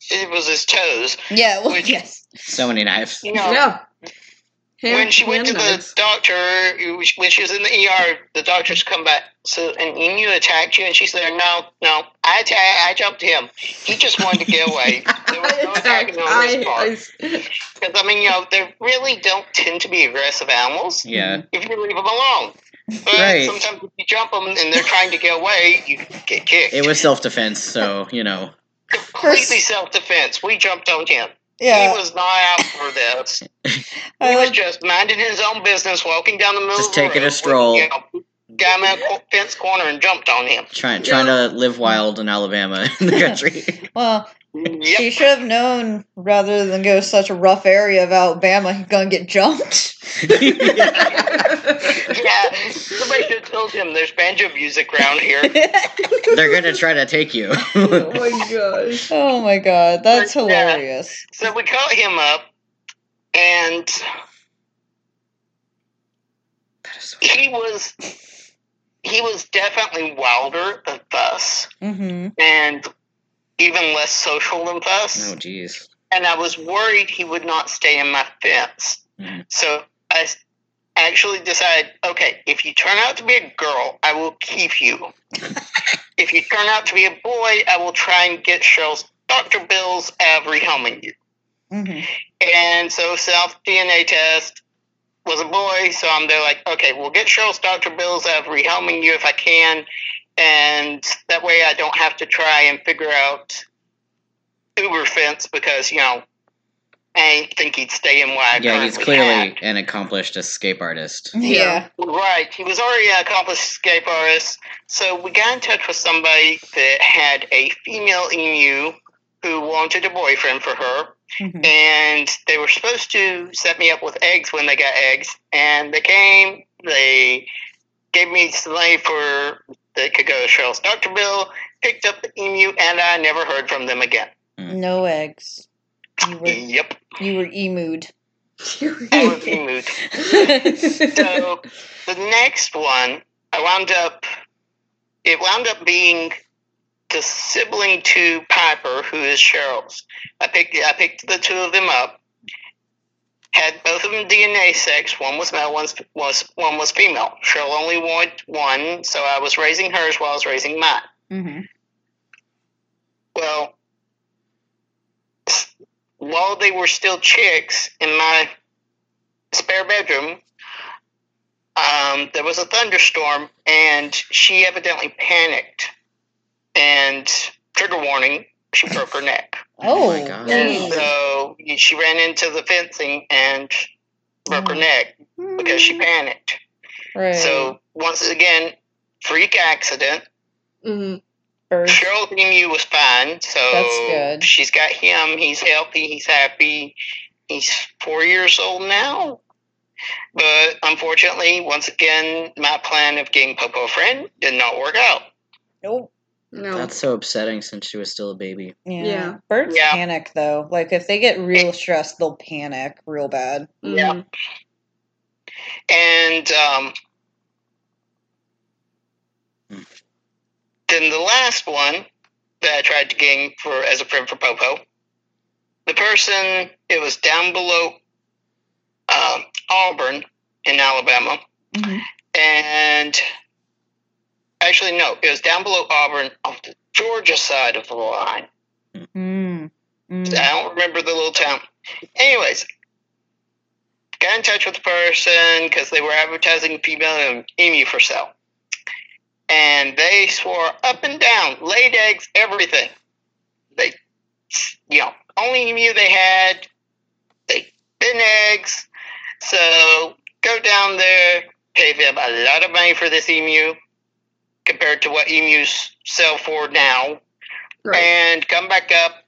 Speaker 4: it was his toes.
Speaker 2: yeah. Well,
Speaker 4: Which-
Speaker 2: yes.
Speaker 3: So many knives.
Speaker 4: You know,
Speaker 1: yeah. Hand,
Speaker 4: when she went to
Speaker 1: hand
Speaker 4: the
Speaker 1: knives.
Speaker 4: doctor, when she was in the ER, the doctors come back. So an emu attacked you, and she said, "No, no, I atta- I jumped him. He just wanted to get
Speaker 1: *laughs*
Speaker 4: away. There was no
Speaker 1: Attacked.
Speaker 4: attacking on his part."
Speaker 1: *laughs* I, I,
Speaker 4: Because I mean, you know, they really don't tend to be aggressive animals
Speaker 3: Yeah.
Speaker 2: Mm-hmm.
Speaker 4: if you leave them alone. But
Speaker 3: Right.
Speaker 4: sometimes if you jump them and they're trying to get away, you get kicked.
Speaker 3: It was self defense, so, you know.
Speaker 4: completely self-defense. We jumped on him.
Speaker 2: Yeah.
Speaker 4: He was not out for
Speaker 2: *laughs*
Speaker 4: this. He
Speaker 2: I
Speaker 4: was
Speaker 2: love-
Speaker 4: just minding his own business, walking down the middle.
Speaker 3: Just
Speaker 4: of the
Speaker 3: taking a
Speaker 4: road,
Speaker 3: stroll.
Speaker 4: You know, down that co- fence corner and jumped on him.
Speaker 3: Trying, trying to live wild in Alabama *laughs* in the country. *laughs*
Speaker 2: well,
Speaker 4: Yep.
Speaker 2: she should have known rather than go such a rough area of Alabama, he's gonna get jumped.
Speaker 4: *laughs*
Speaker 2: *laughs*
Speaker 4: yeah. Somebody should have told him there's banjo music
Speaker 2: *laughs*
Speaker 4: around here.
Speaker 3: They're gonna try to take you.
Speaker 1: *laughs*
Speaker 3: *laughs*
Speaker 1: oh my gosh.
Speaker 2: oh my god, that's
Speaker 4: Yeah.
Speaker 2: hilarious.
Speaker 4: So we caught him up, and he was he was definitely wilder than Fuss,
Speaker 2: Mm-hmm.
Speaker 4: and even less social than Fuss.
Speaker 3: oh, jeez.
Speaker 4: And I was worried he would not stay in my fence.
Speaker 3: Mhm.
Speaker 4: So I s- actually decided, okay, if you turn out to be a girl, I will keep you. if you turn out to be a boy, I will try and get Cheryl's Dr. Bill's out of rehoming you.
Speaker 2: Mm-hmm.
Speaker 4: And so self DNA test was a boy, so I'm there like, okay, we'll get Cheryl's Dr. Bills out of rehelming you if I can, and that way I don't have to try and figure out Uber fence because, you know, I ain't think he'd stay in where I
Speaker 3: Yeah, he's
Speaker 4: currently
Speaker 3: clearly
Speaker 4: at.
Speaker 3: an accomplished escape artist.
Speaker 2: Oh. Yeah.
Speaker 4: Right, he was already an accomplished escape artist, so we got in touch with somebody that had a female emu who wanted a boyfriend for her,
Speaker 2: Mhm.
Speaker 4: and they were supposed to set me up with eggs when they got eggs, and they came. They gave me some money for they could go to Cheryl's Doctor Bill, picked up the emu, and I never heard from them again.
Speaker 2: No eggs. You were
Speaker 4: Yep,
Speaker 2: you were emued. *laughs*
Speaker 4: I was emued. So the next one, I wound up. It wound up being the sibling to Piper, who is Cheryl's. I picked. I picked the two of them up. Had both of them DNA sex. One was male. One's was one was female. Cheryl only wanted one, so I was raising hers while I was raising mine.
Speaker 2: Mm-hmm.
Speaker 4: Well, while they were still chicks in my spare bedroom, um, there was a thunderstorm, and she evidently panicked. And trigger warning, she broke her neck.
Speaker 2: Oh,
Speaker 3: my God.
Speaker 1: Jeez.
Speaker 4: And
Speaker 2: man.
Speaker 4: so she ran into the fencing and broke her neck because she panicked.
Speaker 2: Right.
Speaker 4: So, once again, freak accident.
Speaker 1: Mhm.
Speaker 2: Bird.
Speaker 4: Cheryl Emu was fine, so
Speaker 2: That's good.
Speaker 4: she's got him. He's healthy. He's happy. He's four years old now. But unfortunately, once again, my plan of getting Popo a friend did not work out.
Speaker 2: Nope.
Speaker 1: No.
Speaker 3: That's so upsetting since she was still a baby.
Speaker 2: Yeah.
Speaker 1: Yeah.
Speaker 2: Birds
Speaker 4: Yeah.
Speaker 2: panic though. Like if they get real stressed, they'll panic real bad.
Speaker 1: Mhm.
Speaker 4: Yeah. And um,
Speaker 3: Hmm.
Speaker 4: then the last one that I tried to gain for as a friend for Popo, the person it was down below um Auburn in Alabama,
Speaker 2: Mhm.
Speaker 4: and actually no, it was down below Auburn off the Georgia side of the line.
Speaker 2: Mm. Mm.
Speaker 4: I don't remember the little town. Anyways, got in touch with the person because they were advertising female emu for sale. And they swore up and down, laid eggs, everything. They, you know, only emu they had, they bin eggs. So go down there, pay them a lot of money for this emu compared to what emus sell for now
Speaker 1: Right.
Speaker 4: and come back up.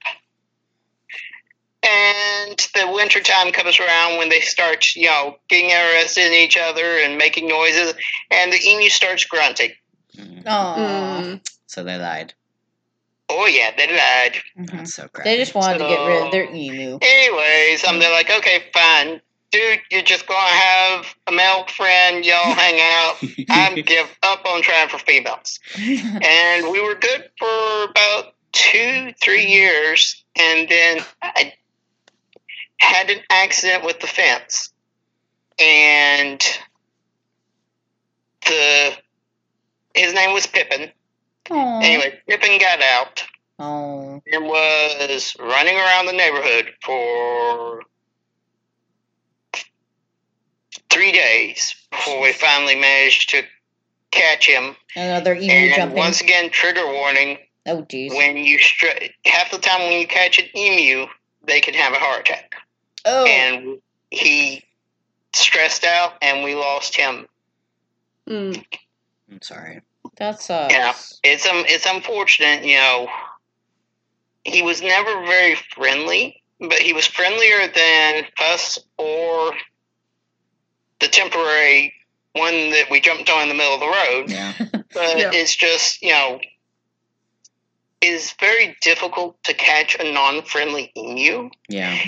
Speaker 4: And the winter time comes around when they start, you know, getting interested in each other and making noises, and the emu starts grunting.
Speaker 3: Mm.
Speaker 2: Aw.
Speaker 1: Mm.
Speaker 3: So they lied.
Speaker 4: Oh yeah, they lied.
Speaker 2: Mhm.
Speaker 3: That's so crappy.
Speaker 2: They
Speaker 3: *laughs*
Speaker 2: just wanted to get rid of their
Speaker 4: So-
Speaker 2: emu.
Speaker 4: Anyways, I'm there like, okay, fine, dude, you're just gonna have a male friend, y'all hang out. I give up on trying for females. and we were good for about two, three years, and then I had an accident with the fence. and the his name was Pippin.
Speaker 2: *laughs* Aw.
Speaker 4: Anyway, Pippin got out
Speaker 2: Oh.
Speaker 4: and was running around the neighborhood for three days before we finally managed to catch him.
Speaker 2: Another emu
Speaker 4: and
Speaker 2: jumping.
Speaker 4: once again, trigger warning:
Speaker 2: oh, jeez.
Speaker 4: when you stri- half the time when you catch an emu, they can have a heart attack.
Speaker 2: Oh.
Speaker 4: And he stressed out, and we lost him.
Speaker 1: Mm.
Speaker 3: I'm sorry.
Speaker 2: That sucks.
Speaker 4: Yeah. It's um, it's unfortunate, you know. He was never very friendly, but he was friendlier than us or the temporary one that we jumped on in the middle of the road.
Speaker 3: Yeah.
Speaker 4: But
Speaker 1: Yeah.
Speaker 4: it's just, you know, it's very difficult to catch a non-friendly emu.
Speaker 3: Yeah.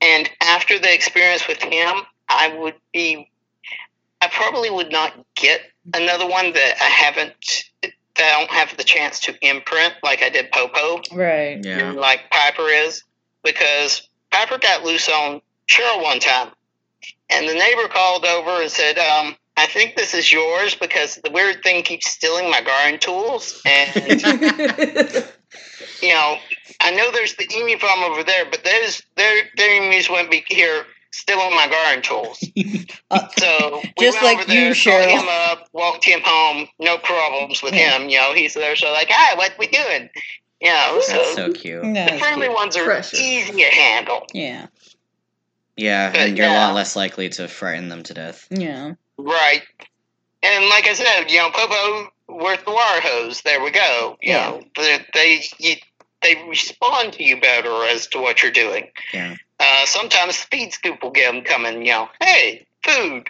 Speaker 4: And after the experience with him, I would be, I probably would not get another one that I haven't, that I don't have the chance to imprint like I did Popo
Speaker 2: Right.
Speaker 3: Yeah. *laughs*
Speaker 4: and like Piper is, because Piper got loose on Cheryl one time. And the neighbor called over and said, um, I think this is yours because the weird thing keeps stealing my garden tools. And
Speaker 1: Mm-hmm.
Speaker 4: you know, I know there's the emu farm over there, but there's their their emus won't be here stealing my garden tools.
Speaker 2: *laughs* Uh,
Speaker 4: So we
Speaker 2: Just
Speaker 4: went
Speaker 2: like
Speaker 4: over
Speaker 2: you,
Speaker 4: there, called
Speaker 2: Cheryl.
Speaker 4: him up, walked him home, no problems with
Speaker 2: Yeah.
Speaker 4: him. You know, he's there, so like, hi, what we doing? You know,
Speaker 3: That's
Speaker 4: so,
Speaker 3: so cute.
Speaker 2: no,
Speaker 4: the
Speaker 2: it's
Speaker 4: friendly
Speaker 2: cute.
Speaker 4: ones are
Speaker 1: Precious.
Speaker 4: easy to handle,
Speaker 2: Yeah.
Speaker 3: Yeah, and
Speaker 4: But
Speaker 3: you're a
Speaker 4: yeah.
Speaker 3: lot less likely to frighten them to death.
Speaker 2: Yeah.
Speaker 4: right? And like I said, you know, Popo worth the wire hose. There we go. You
Speaker 2: Yeah.
Speaker 4: know, they they, you, they respond to you better as to what you're doing.
Speaker 3: Yeah.
Speaker 4: Uh, sometimes speed scoop will get them coming, you know, hey, food.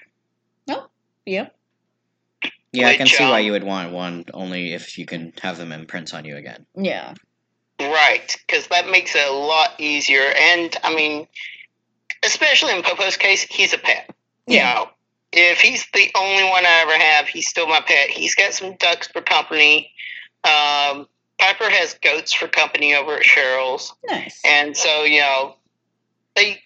Speaker 2: Yep.
Speaker 3: Yeah, I can
Speaker 4: Which,
Speaker 3: see why
Speaker 4: um,
Speaker 3: you would want one only if you can have them imprint on you again.
Speaker 2: Yeah.
Speaker 4: Right, because that makes it a lot easier. And, I mean, especially in Popo's case, he's a pet.
Speaker 2: Yeah.
Speaker 4: You know, if he's the only one I ever have, he's still my pet. He's got some ducks for company. Um, Piper has goats for company over at Cheryl's.
Speaker 2: Nice.
Speaker 4: And so, you know, they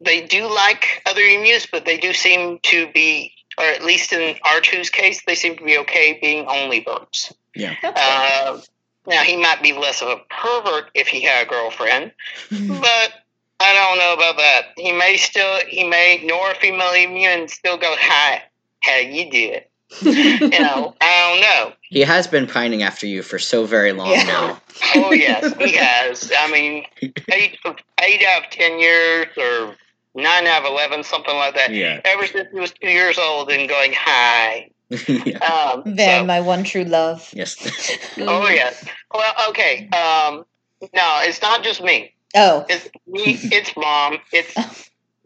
Speaker 4: they do like other emus, but they do seem to be, or at least in R2's case, they seem to be okay being only birds.
Speaker 2: That's good.
Speaker 4: Uh, now, he might be less of a pervert if he had a girlfriend, but I don't know about that. He may still, he may ignore a female emu and still go, hi, how you doing? You know, I don't know.
Speaker 3: He has been pining after you for so very long
Speaker 2: Yeah.
Speaker 3: now.
Speaker 4: Oh yes, he has. I mean, eight eight out of ten years, or nine out of eleven, something like that.
Speaker 3: Yeah.
Speaker 4: Ever since he was two years old and going high.
Speaker 3: *laughs* yeah.
Speaker 4: Um,
Speaker 2: Van,
Speaker 4: so-
Speaker 2: my one true love.
Speaker 3: Yes.
Speaker 4: oh yes. Well, okay. Um, no, it's not just me.
Speaker 2: *laughs* Oh.
Speaker 4: It's me. It's mom. It's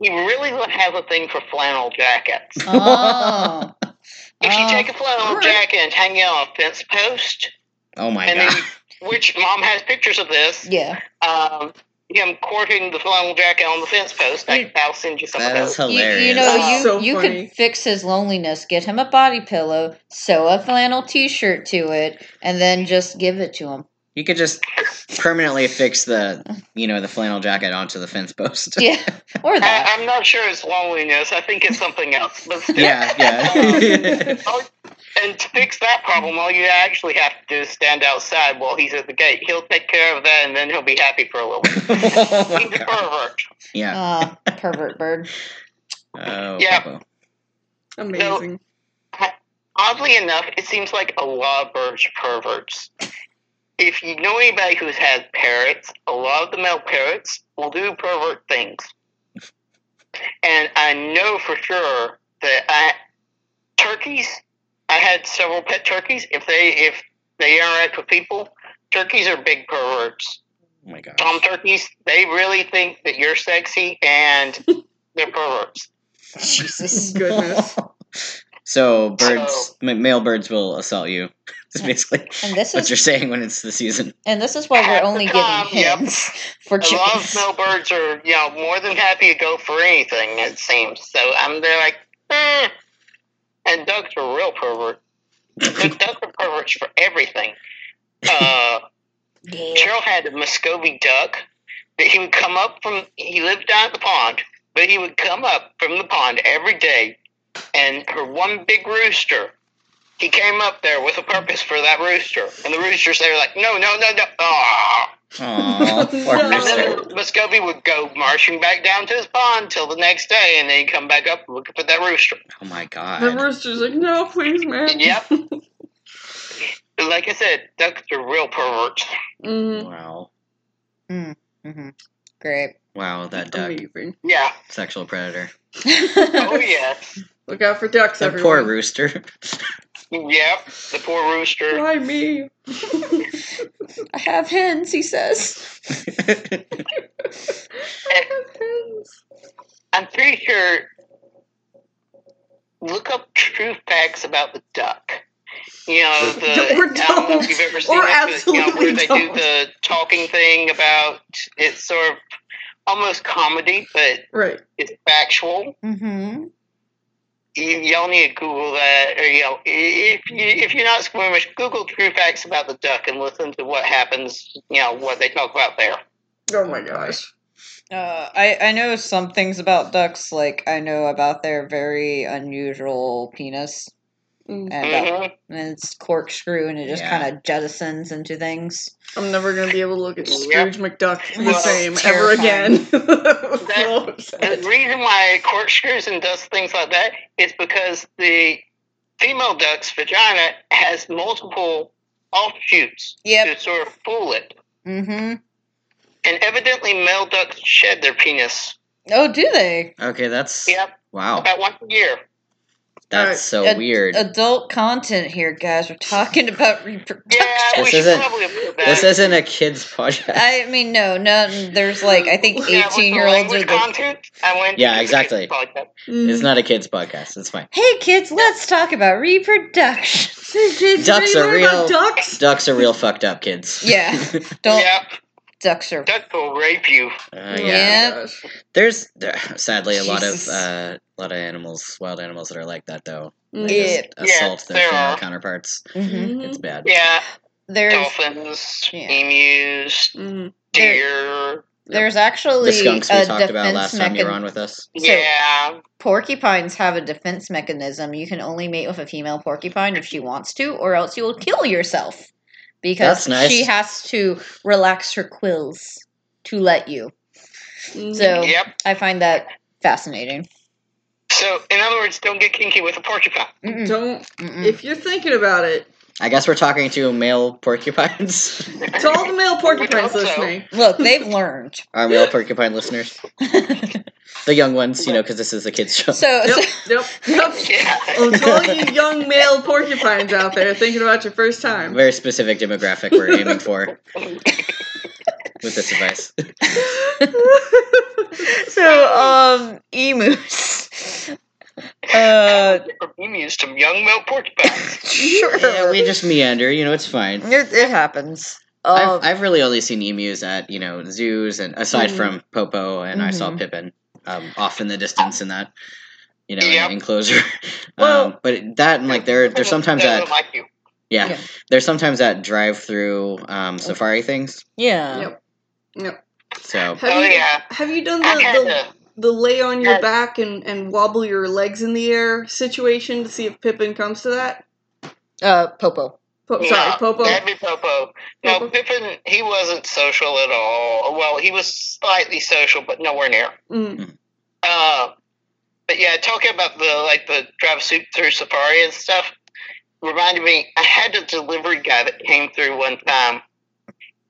Speaker 4: he really has a thing for flannel jackets.
Speaker 2: Oh.
Speaker 4: If you
Speaker 2: Oh.
Speaker 4: take a flannel
Speaker 1: alright.
Speaker 4: jacket and hang it on a fence post,
Speaker 3: Oh my
Speaker 4: and
Speaker 3: god.
Speaker 4: then which mom has pictures of this. *laughs*
Speaker 2: Yeah.
Speaker 4: um, him courting the flannel jacket on the fence post. I, I'll send you some
Speaker 3: That
Speaker 4: of
Speaker 3: is
Speaker 4: those.
Speaker 2: You,
Speaker 3: hilarious.
Speaker 2: you know,
Speaker 1: That's
Speaker 2: you
Speaker 1: so
Speaker 2: you
Speaker 1: funny.
Speaker 2: could fix his loneliness. Get him a body pillow, sew a flannel T-shirt to it, and then just give it to him. *laughs*
Speaker 3: You could just permanently fix the, you know, the flannel jacket onto the fence post.
Speaker 2: Yeah, or that.
Speaker 4: *laughs* I, I'm not sure it's loneliness. I think it's something else.
Speaker 3: *laughs*
Speaker 4: But still,
Speaker 3: *laughs* yeah, yeah. *laughs*
Speaker 4: and to fix that problem, all you actually have to do is stand outside while he's at the gate. He'll take care of that, and then he'll be happy for a little.
Speaker 3: *laughs*
Speaker 4: while.
Speaker 3: oh my
Speaker 4: He's a
Speaker 3: god.
Speaker 4: pervert.
Speaker 3: Yeah.
Speaker 2: Ah, pervert bird.
Speaker 3: Oh,
Speaker 4: Yeah.
Speaker 3: Popo.
Speaker 1: Amazing.
Speaker 4: Oddly enough, it seems like a lot of birds are perverts. If you know anybody who's had parrots, a lot of the male parrots will do pervert things. And I know for sure that I turkeys. I had several pet turkeys. If they if they interact with people, turkeys are big perverts.
Speaker 3: Oh my god.
Speaker 4: Tom turkeys, they really think that you're sexy, and they're perverts.
Speaker 2: Jesus. *laughs*
Speaker 1: Goodness.
Speaker 3: *laughs* So birds,
Speaker 4: So-
Speaker 3: m- male birds will assault you. *laughs* It's basically
Speaker 2: And this
Speaker 3: *laughs* what you're
Speaker 2: is
Speaker 3: saying when it's the
Speaker 2: *laughs*
Speaker 3: season.
Speaker 2: and this is why
Speaker 4: Half
Speaker 2: we're
Speaker 4: the
Speaker 2: only
Speaker 4: time,
Speaker 2: getting
Speaker 4: yep.
Speaker 2: hens *laughs* for
Speaker 4: A lot of
Speaker 2: chickens.
Speaker 4: male birds are, you know, more than happy to go for anything. It seems so. I'm they're like, eh. and ducks are real pervert. ducks are perverts for everything. Uh,
Speaker 2: Yeah.
Speaker 4: Cheryl had a Muscovy duck that he would come up from. He lived down at the pond, But he would come up from the pond every day, and her one big rooster, he came up there with a purpose for that rooster. And the roosters, they were like, no, no, no, no. Ah.
Speaker 3: Aw, poor
Speaker 1: No.
Speaker 4: And then
Speaker 3: rooster.
Speaker 4: the Muscovy would go marching back down to his pond till the next day, and then he'd come back up looking for that rooster.
Speaker 3: Oh my god.
Speaker 1: The rooster's like, no, please, man. *laughs*
Speaker 4: Yep. like I said, ducks are real perverts.
Speaker 1: Mm,
Speaker 3: Wow.
Speaker 2: hmm Great.
Speaker 3: Wow, that duck.
Speaker 1: amazing.
Speaker 4: Yeah.
Speaker 3: Sexual predator.
Speaker 4: Oh, yes.
Speaker 1: Look out for ducks,
Speaker 3: The
Speaker 1: everyone.
Speaker 3: poor rooster. *laughs*
Speaker 4: Yep. The poor rooster.
Speaker 1: Why me?
Speaker 2: *laughs* I have hens, he
Speaker 1: *laughs*
Speaker 2: says.
Speaker 4: I'm pretty sure. Look up true facts about the duck. You know the.
Speaker 1: Or
Speaker 4: I don't know
Speaker 1: don't.
Speaker 4: if you've ever
Speaker 1: Or
Speaker 4: seen it, but, you know,
Speaker 1: absolutely
Speaker 4: where they
Speaker 1: don't.
Speaker 4: do the talking thing about it's sort of almost comedy, but
Speaker 1: right.
Speaker 4: it's factual.
Speaker 2: *laughs* Mm-hmm.
Speaker 4: You, y'all need to Google that, or you know, i- if you, if you're not squirmish, Google true facts about the duck and listen to what happens. You know what they talk about there.
Speaker 1: Oh my gosh.
Speaker 2: Uh, I, I know some things about ducks, like I know about their very unusual penis
Speaker 1: Mm.
Speaker 2: and, about,
Speaker 4: Mhm.
Speaker 2: and it's corkscrew and it just
Speaker 3: Yeah.
Speaker 2: kind of jettisons into things.
Speaker 1: I'm never gonna be able to look at
Speaker 4: Yep.
Speaker 1: Scrooge McDuck the
Speaker 4: Well,
Speaker 1: same ever
Speaker 2: terrifying.
Speaker 1: again. *laughs* So upset.
Speaker 4: The reason why it corkscrews and does things like that is because the female duck's vagina has multiple offshoots
Speaker 2: Yep.
Speaker 4: to sort of fool it,
Speaker 2: Mm-hmm.
Speaker 4: and evidently male ducks shed their penis.
Speaker 2: Oh, do they?
Speaker 3: okay, that's
Speaker 4: Yep,
Speaker 3: wow.
Speaker 4: about once a year.
Speaker 3: That's so
Speaker 2: Ad-
Speaker 3: weird.
Speaker 2: Adult content here, guys. We're talking *laughs* about reproduction.
Speaker 4: Yeah,
Speaker 3: This
Speaker 4: we should
Speaker 3: isn't-
Speaker 4: probably put that.
Speaker 3: this isn't a kid's podcast.
Speaker 2: I mean, no, no. There's like I think
Speaker 4: Yeah, with the
Speaker 2: 18 year olds are
Speaker 4: language
Speaker 2: the
Speaker 4: content, I went
Speaker 3: Yeah,
Speaker 4: to the
Speaker 3: exactly.
Speaker 4: podcast.
Speaker 1: Mm.
Speaker 3: It's not a kid's podcast. It's fine.
Speaker 2: Hey kids, let's talk about reproduction.
Speaker 1: Hey,
Speaker 3: *laughs*
Speaker 1: kids,
Speaker 3: Ducks
Speaker 1: you
Speaker 3: are
Speaker 1: learn
Speaker 3: real.
Speaker 1: about ducks.
Speaker 3: Ducks are real fucked up kids. *laughs*
Speaker 2: Yeah. Don't
Speaker 4: Yep,
Speaker 2: ducks are
Speaker 4: duck will rape you.
Speaker 1: Mm-hmm.
Speaker 3: Uh, yeah.
Speaker 2: Yeah.
Speaker 3: There's there- sadly a lot of
Speaker 2: Jesus.
Speaker 3: uh, lot of animals, wild animals that are like that though.
Speaker 1: Mm.
Speaker 3: They just
Speaker 2: Yeah.
Speaker 3: assault
Speaker 4: Yeah,
Speaker 3: their
Speaker 4: there
Speaker 3: female
Speaker 4: are.
Speaker 3: counterparts.
Speaker 2: Mhm.
Speaker 1: Mhm.
Speaker 3: It's bad.
Speaker 4: Yeah,
Speaker 2: there's
Speaker 4: dolphins,
Speaker 2: Yeah.
Speaker 4: emus,
Speaker 1: Mhm.
Speaker 2: There-
Speaker 4: deer.
Speaker 2: there's actually
Speaker 3: The skunks we
Speaker 2: a
Speaker 3: talked about
Speaker 2: defense
Speaker 3: last time you were on
Speaker 2: mechanism.
Speaker 3: with us.
Speaker 2: So-
Speaker 4: yeah,
Speaker 2: Porcupines have a defense mechanism. You can only mate with a female porcupine if she wants to, or else you will kill yourself because
Speaker 3: That's nice.
Speaker 2: she has to relax her quills to let you.
Speaker 1: Mhm.
Speaker 2: So
Speaker 4: yep.
Speaker 2: I find that fascinating.
Speaker 4: So, in other words, don't get kinky with a porcupine.
Speaker 2: Mm-mm,
Speaker 1: Mm-hmm. don't.
Speaker 2: mm-mm.
Speaker 1: If you're thinking about it,
Speaker 3: I guess we're talking to male porcupines. *laughs*
Speaker 1: to all the
Speaker 4: *laughs*
Speaker 1: male
Speaker 4: hope
Speaker 1: porcupines
Speaker 4: so.
Speaker 1: listening,
Speaker 4: *laughs*
Speaker 2: Look, they've
Speaker 3: *laughs*
Speaker 2: learned.
Speaker 3: Our male porcupine
Speaker 2: *laughs*
Speaker 3: listeners, the young ones, you know, because this is a kids show.
Speaker 2: so,
Speaker 1: Yep, yep, yep.
Speaker 4: *laughs* Yeah.
Speaker 1: Oh, to all you young male porcupines out there thinking about your first time.
Speaker 3: Very specific demographic we're aiming for with this advice.
Speaker 2: *laughs* so um
Speaker 1: *laughs*
Speaker 2: emus. *laughs* Uh
Speaker 4: Or emus to young male porcupines.
Speaker 2: sure.
Speaker 3: Yeah, we just meander. You know, it's fine.
Speaker 2: it, it happens. Um,
Speaker 1: Oh.
Speaker 3: I've, I've really only seen emus at you know zoos, and aside
Speaker 1: Mhm.
Speaker 3: from Popo, and I saw
Speaker 2: Mhm.
Speaker 3: Pippin um, off in the distance in that you know in
Speaker 4: Yep.
Speaker 3: the enclosure. *laughs* um,
Speaker 1: Well-
Speaker 3: but that and like they're they're sometimes
Speaker 4: They
Speaker 3: at
Speaker 4: don't like you.
Speaker 3: yeah,
Speaker 2: Yeah.
Speaker 3: they're sometimes at drive-through um, safari things.
Speaker 2: yeah.
Speaker 1: Yep. Yep.
Speaker 3: So
Speaker 1: Have
Speaker 4: oh
Speaker 1: you,
Speaker 4: yeah,
Speaker 1: Have you done
Speaker 4: I've had
Speaker 1: the,
Speaker 4: a
Speaker 1: the, the lay on your
Speaker 4: Yes.
Speaker 1: back and, and wobble your legs in the air situation to see if Pippin comes to that?
Speaker 2: Uh Popo.
Speaker 1: Po-
Speaker 4: no,
Speaker 1: sorry, Popo.
Speaker 4: That'd be Popo. No,
Speaker 1: Popo?
Speaker 4: Pippin, he wasn't social at all. Well, he was slightly social, but nowhere near.
Speaker 1: Mm.
Speaker 4: Uh, but yeah, talking about the like the drive soup through Safari and stuff reminded me. I had a delivery guy that came through one time,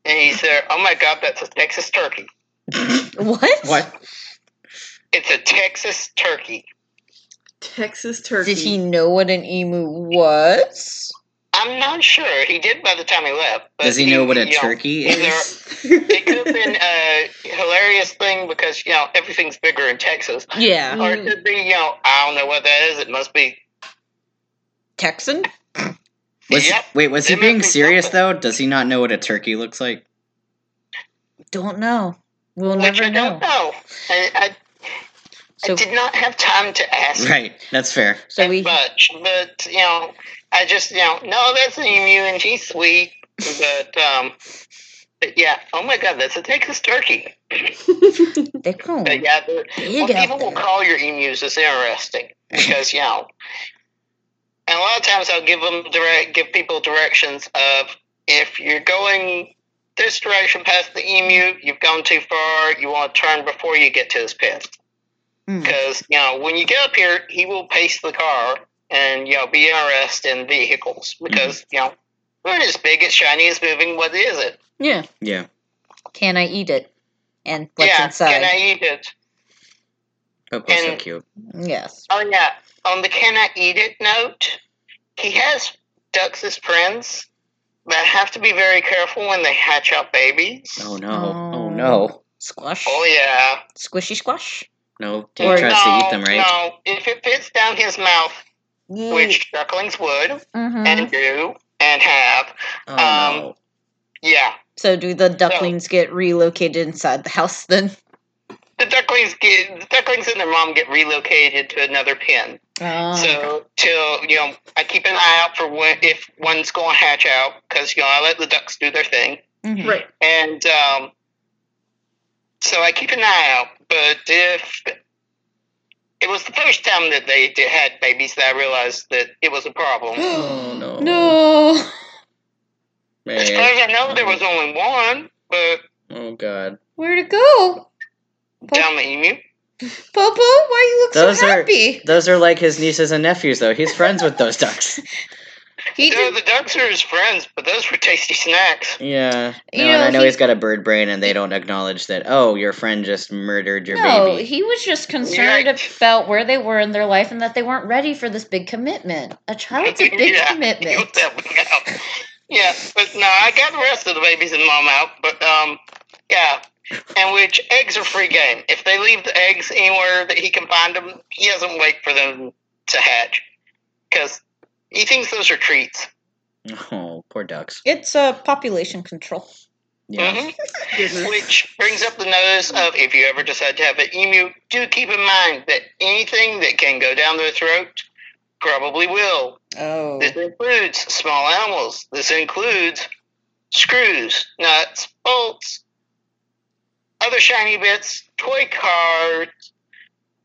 Speaker 4: and he said, "Oh my God, that's a Texas turkey.
Speaker 2: What?
Speaker 3: what?
Speaker 4: It's a Texas turkey."
Speaker 1: Texas turkey.
Speaker 2: Did he know what an emu
Speaker 4: *laughs*
Speaker 2: was?
Speaker 4: I'm not sure. He did by the time he left. but
Speaker 3: Does he know what a
Speaker 4: you
Speaker 3: turkey
Speaker 4: he's
Speaker 3: is?
Speaker 4: *laughs* It could have been a hilarious thing because you know everything's bigger in Texas,
Speaker 2: Yeah.
Speaker 4: or it could be you know I don't know what that is. It must be
Speaker 2: Texan?
Speaker 3: Was
Speaker 4: Yep.
Speaker 3: wait, was he
Speaker 4: They must
Speaker 3: being
Speaker 4: be
Speaker 3: serious
Speaker 4: something.
Speaker 3: though? Does he not know what a turkey looks like? *laughs*
Speaker 2: Don't know. We'll
Speaker 4: which I
Speaker 2: never
Speaker 4: don't
Speaker 2: know.
Speaker 4: know. And I, I
Speaker 2: So
Speaker 4: did not have time to ask
Speaker 3: Right, that's fair.
Speaker 2: so we
Speaker 4: much, but you know I just you know no that's an emu and she's sweet, but um, but yeah oh my god that's a Texas turkey.
Speaker 2: They come.
Speaker 4: But yeah, the-
Speaker 2: big
Speaker 4: well, people
Speaker 2: out
Speaker 4: will
Speaker 2: there.
Speaker 4: call your emus is interesting because you know. And a lot of times I'll give them direct, give people directions of if you're going this direction past the emu, you've gone too far. You want to turn before you get to his pen
Speaker 2: Mm.
Speaker 4: because you know when you get up here, he will pace the car and you know be interested in vehicles because
Speaker 2: Hmm.
Speaker 4: you know when it's big, it's shiny, it's moving. What is it?
Speaker 2: Yeah.
Speaker 3: Yeah.
Speaker 2: Can I eat it? And what's
Speaker 4: yeah,
Speaker 2: inside?
Speaker 4: can I eat it?
Speaker 3: Popo's so
Speaker 4: And-
Speaker 3: cute.
Speaker 2: Yes.
Speaker 4: Oh yeah. On the can I eat it note, he has ducks as friends that have to be very careful when they hatch out babies.
Speaker 3: Oh no.
Speaker 2: Oh.
Speaker 3: Oh no.
Speaker 2: Squash.
Speaker 4: Oh yeah.
Speaker 2: Squishy squash.
Speaker 3: No. He
Speaker 2: Or-
Speaker 3: tries to eat them, right?
Speaker 4: No, if it fits down his mouth, which ducklings would
Speaker 2: Mhm.
Speaker 4: and do and have,
Speaker 3: Oh
Speaker 4: um,
Speaker 3: no.
Speaker 4: yeah.
Speaker 2: So do the ducklings get relocated inside the house then?
Speaker 4: The ducklings get the ducklings and their mom get relocated to another pen.
Speaker 2: Oh,
Speaker 4: so till you know, I keep an eye out for when if one's going to hatch out because you know I let the ducks do their thing.
Speaker 2: *gasps* mhm.
Speaker 1: right.
Speaker 4: And um, so I keep an eye out. But if it was the first time that they did, had babies that I realized that it was a problem.
Speaker 3: Oh no.
Speaker 2: No.
Speaker 4: As far
Speaker 3: Man.
Speaker 4: as I know, there was only one, but
Speaker 3: Oh god.
Speaker 2: Where to go?
Speaker 4: down the emu.
Speaker 2: Popo, why you look
Speaker 3: Those
Speaker 2: so
Speaker 3: are-
Speaker 2: happy?
Speaker 3: Those are like his nieces and nephews though. He's friends with
Speaker 2: *laughs*
Speaker 3: those ducks.
Speaker 2: He
Speaker 4: No,
Speaker 2: did,
Speaker 4: uh, the ducks are his friends, but those were tasty snacks.
Speaker 3: Yeah.
Speaker 2: You
Speaker 3: No, and
Speaker 2: know,
Speaker 3: I know
Speaker 2: he-
Speaker 3: he, has got a bird brain and they don't acknowledge that, oh, your friend just murdered your
Speaker 2: no,
Speaker 3: baby.
Speaker 2: he was just concerned
Speaker 4: Yikes.
Speaker 2: about where they were in their life and that they weren't ready for this big commitment. A child's
Speaker 4: *laughs*
Speaker 2: a big
Speaker 4: Yeah, You
Speaker 2: commitment.
Speaker 4: helped that one out. Yeah, but no, I got the rest of the babies and mom out, but um, yeah. And which eggs are free game. If they leave the eggs anywhere that he can find them, he doesn't wait for them to hatch because he thinks those are treats.
Speaker 3: Oh, poor ducks.
Speaker 2: It's a uh, population control.
Speaker 3: Yeah.
Speaker 2: Mm-hmm.
Speaker 4: Mhm.
Speaker 1: Goodness.
Speaker 4: Which brings up the notice of if you ever decide to have an emu, do keep in mind that anything that can go down their throat probably will.
Speaker 2: Oh.
Speaker 4: This includes small animals. This includes screws, nuts, bolts, other shiny bits, toy cars.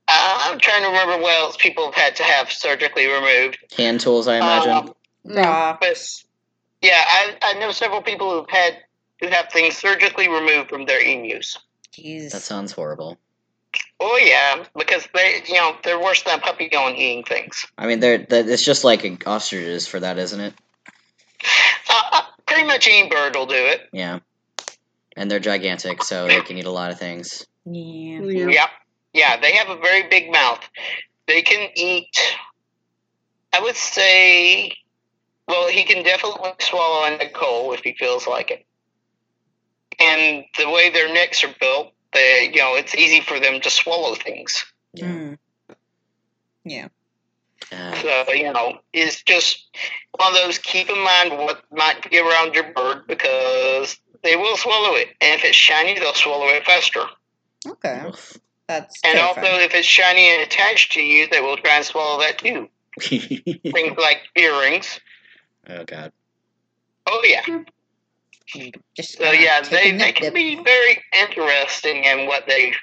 Speaker 4: Uh, I'm trying to remember what else people have had to have surgically removed.
Speaker 3: Hand tools, I imagine.
Speaker 2: Oh,
Speaker 4: Um,
Speaker 1: No.
Speaker 2: Rocks.
Speaker 4: yeah, I, I know several people who've had who have things surgically removed from their emus.
Speaker 2: Jeez.
Speaker 3: that sounds horrible.
Speaker 4: Oh yeah, because they you know they're worse than a puppy going eating things.
Speaker 3: I mean, they're, they it's just like ostriches for that, isn't it?
Speaker 4: Uh, uh, pretty much any bird will do it.
Speaker 3: Yeah. And they're gigantic, so they can eat a lot of things.
Speaker 2: yeah.
Speaker 1: Yeah.
Speaker 4: Yep. Yeah, they have a very big mouth. They can eat, I would say, well, he can definitely swallow an egg coal if he feels like it. And the way their necks are built, they, you know, it's easy for them to swallow things.
Speaker 3: Yeah.
Speaker 2: Mm. Yeah.
Speaker 3: Uh,
Speaker 4: So, you know, it's just one of those keep in mind what might be around your bird because they will swallow it. And if it's shiny, they'll swallow it faster.
Speaker 2: Okay.
Speaker 3: oof. *laughs*
Speaker 2: That's
Speaker 4: And
Speaker 2: terrifying.
Speaker 4: also, if it's shiny and attached to you, they will try and swallow that too. Things like earrings.
Speaker 3: oh, God.
Speaker 4: Oh yeah.
Speaker 2: Just
Speaker 4: So
Speaker 2: gonna
Speaker 4: yeah,
Speaker 2: take
Speaker 4: they
Speaker 2: a
Speaker 4: they
Speaker 2: nip
Speaker 4: can
Speaker 2: dip.
Speaker 4: be very interesting in what they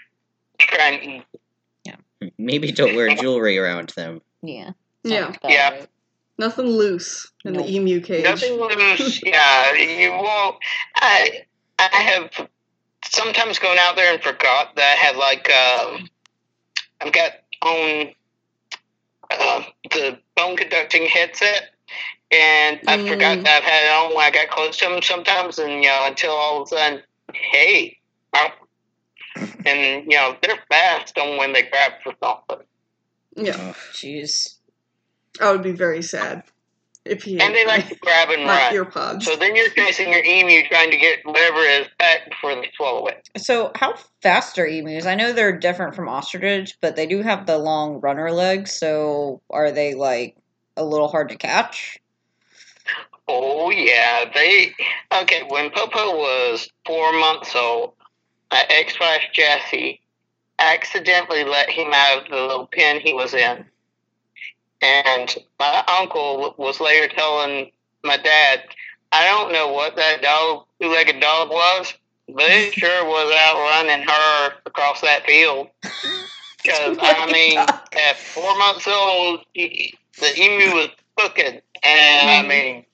Speaker 4: try and eat.
Speaker 3: Maybe don't wear jewelry around them.
Speaker 2: Yeah.
Speaker 1: Yeah.
Speaker 4: Yeah.
Speaker 1: Nothing loose in
Speaker 2: Nope.
Speaker 1: the emu cage.
Speaker 4: Nothing loose. yeah, you won't. I I have sometimes gone out there and forgot that I had like um I've got on uh, the bone conducting headset. And I forgot
Speaker 1: Mm.
Speaker 4: that I've had it on when I got close to him sometimes, and you know, until all of a sudden, hey, ow. and you know, they're fast on when they grab for something.
Speaker 1: Yeah.
Speaker 3: Ugh.
Speaker 2: Jeez.
Speaker 1: I would be very sad if he
Speaker 4: And they
Speaker 1: ate my- *laughs*
Speaker 4: like to grab and
Speaker 1: my,
Speaker 4: run.
Speaker 1: ear pods.
Speaker 4: So then you're chasing your emu trying to get whatever is back before they swallow it.
Speaker 2: So, how fast are emus? I know they're different from ostriches, but they do have the long runner legs. So, are they like a little hard to catch?
Speaker 4: Oh, yeah. They. Okay, when Popo was four months old, my ex wife Jessie accidentally let him out of the little pen he was in. And my uncle was later telling my dad, I don't know what that dog, two legged dog was, But it sure was outrunning her across that field. Because, I
Speaker 2: *laughs*
Speaker 4: mean, at four months old, e- the emu was cooking. And, I mean,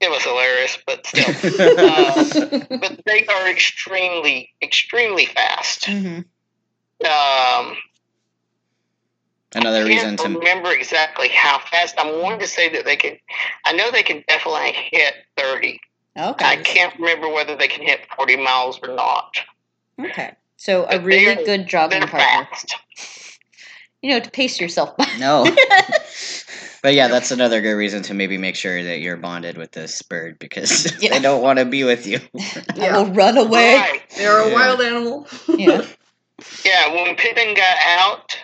Speaker 4: it was hilarious, but
Speaker 3: *laughs*
Speaker 4: still. but they are extremely, extremely fast.
Speaker 2: hmm
Speaker 4: Um,
Speaker 3: Another
Speaker 4: I
Speaker 3: reason
Speaker 4: can't
Speaker 3: to
Speaker 4: remember exactly how fast. I wanted to say that they can. I know they can definitely hit thirty.
Speaker 2: Okay.
Speaker 4: I can't remember whether they can hit forty miles or not.
Speaker 2: Okay. So a
Speaker 4: But
Speaker 2: really
Speaker 4: they're-
Speaker 2: good jogging
Speaker 4: They're
Speaker 2: partner.
Speaker 4: fast.
Speaker 2: You know, to pace yourself. *laughs*
Speaker 3: no. But yeah, that's another good reason to maybe make sure that you're bonded with this bird because *laughs*
Speaker 2: Yeah.
Speaker 3: they don't want to be with you.
Speaker 2: I will run away.
Speaker 4: Right.
Speaker 1: They're a
Speaker 3: Yeah.
Speaker 1: wild animal.
Speaker 2: *laughs* Yeah.
Speaker 4: Yeah. When Pippin got out,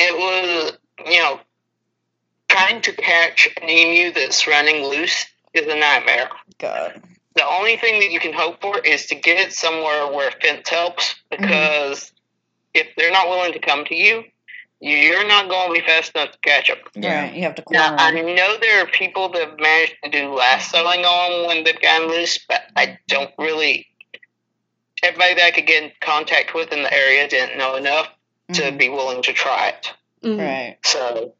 Speaker 4: it was you know trying to catch an emu that's running loose is a nightmare.
Speaker 2: God.
Speaker 4: the only thing that you can hope for is to get it somewhere where fence helps because if they're not willing to come to you, you're not going to be fast enough to catch them.
Speaker 3: Yeah.
Speaker 2: Right. You have to corner
Speaker 4: Now, I
Speaker 2: 'em.
Speaker 4: know there are people that have managed to do lassoing on 'em when they've gotten loose, but I don't really. Everybody that I could get in contact with in the area didn't know enough to
Speaker 2: Mhm.
Speaker 4: be willing to try it.
Speaker 1: Mhm.
Speaker 2: Mm-hmm. Right.
Speaker 4: So,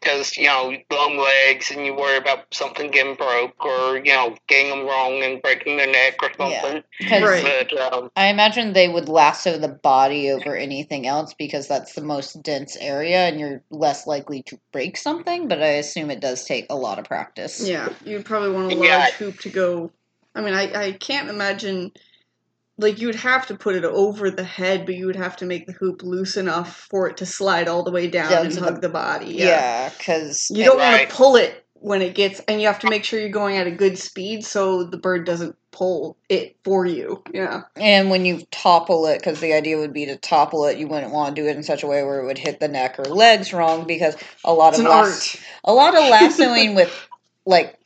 Speaker 4: because you know, long legs, and you worry about something getting broke, or you know, getting them wrong and breaking their neck or
Speaker 2: Yeah.
Speaker 4: something.
Speaker 2: 'Cause
Speaker 1: Right.
Speaker 4: But um,
Speaker 2: I imagine they would lasso the body over anything else because that's the most dense area and you're less likely to break something, but I assume it does take a lot of practice.
Speaker 1: Yeah, you'd probably want a large
Speaker 4: Yeah.
Speaker 1: hoop to go. I mean, I, I can't imagine. Like, you'd have to put it over the head, but you would have to make the hoop loose enough for it to slide all the way down,
Speaker 2: Down
Speaker 1: and
Speaker 2: to
Speaker 1: hug the, body. Yeah.
Speaker 2: Yeah, because
Speaker 1: You don't want
Speaker 4: Right.
Speaker 1: to pull it when it gets, and you have to make sure you're going at a good speed so the bird doesn't pull it for you. Yeah.
Speaker 2: and when you topple it, because the idea would be to topple it, you wouldn't want to do it in such a way where it would hit the neck or legs wrong because a lot
Speaker 1: It's
Speaker 2: of
Speaker 1: an
Speaker 2: las-
Speaker 1: art.
Speaker 2: a lot
Speaker 1: *laughs*
Speaker 2: of lassoing with like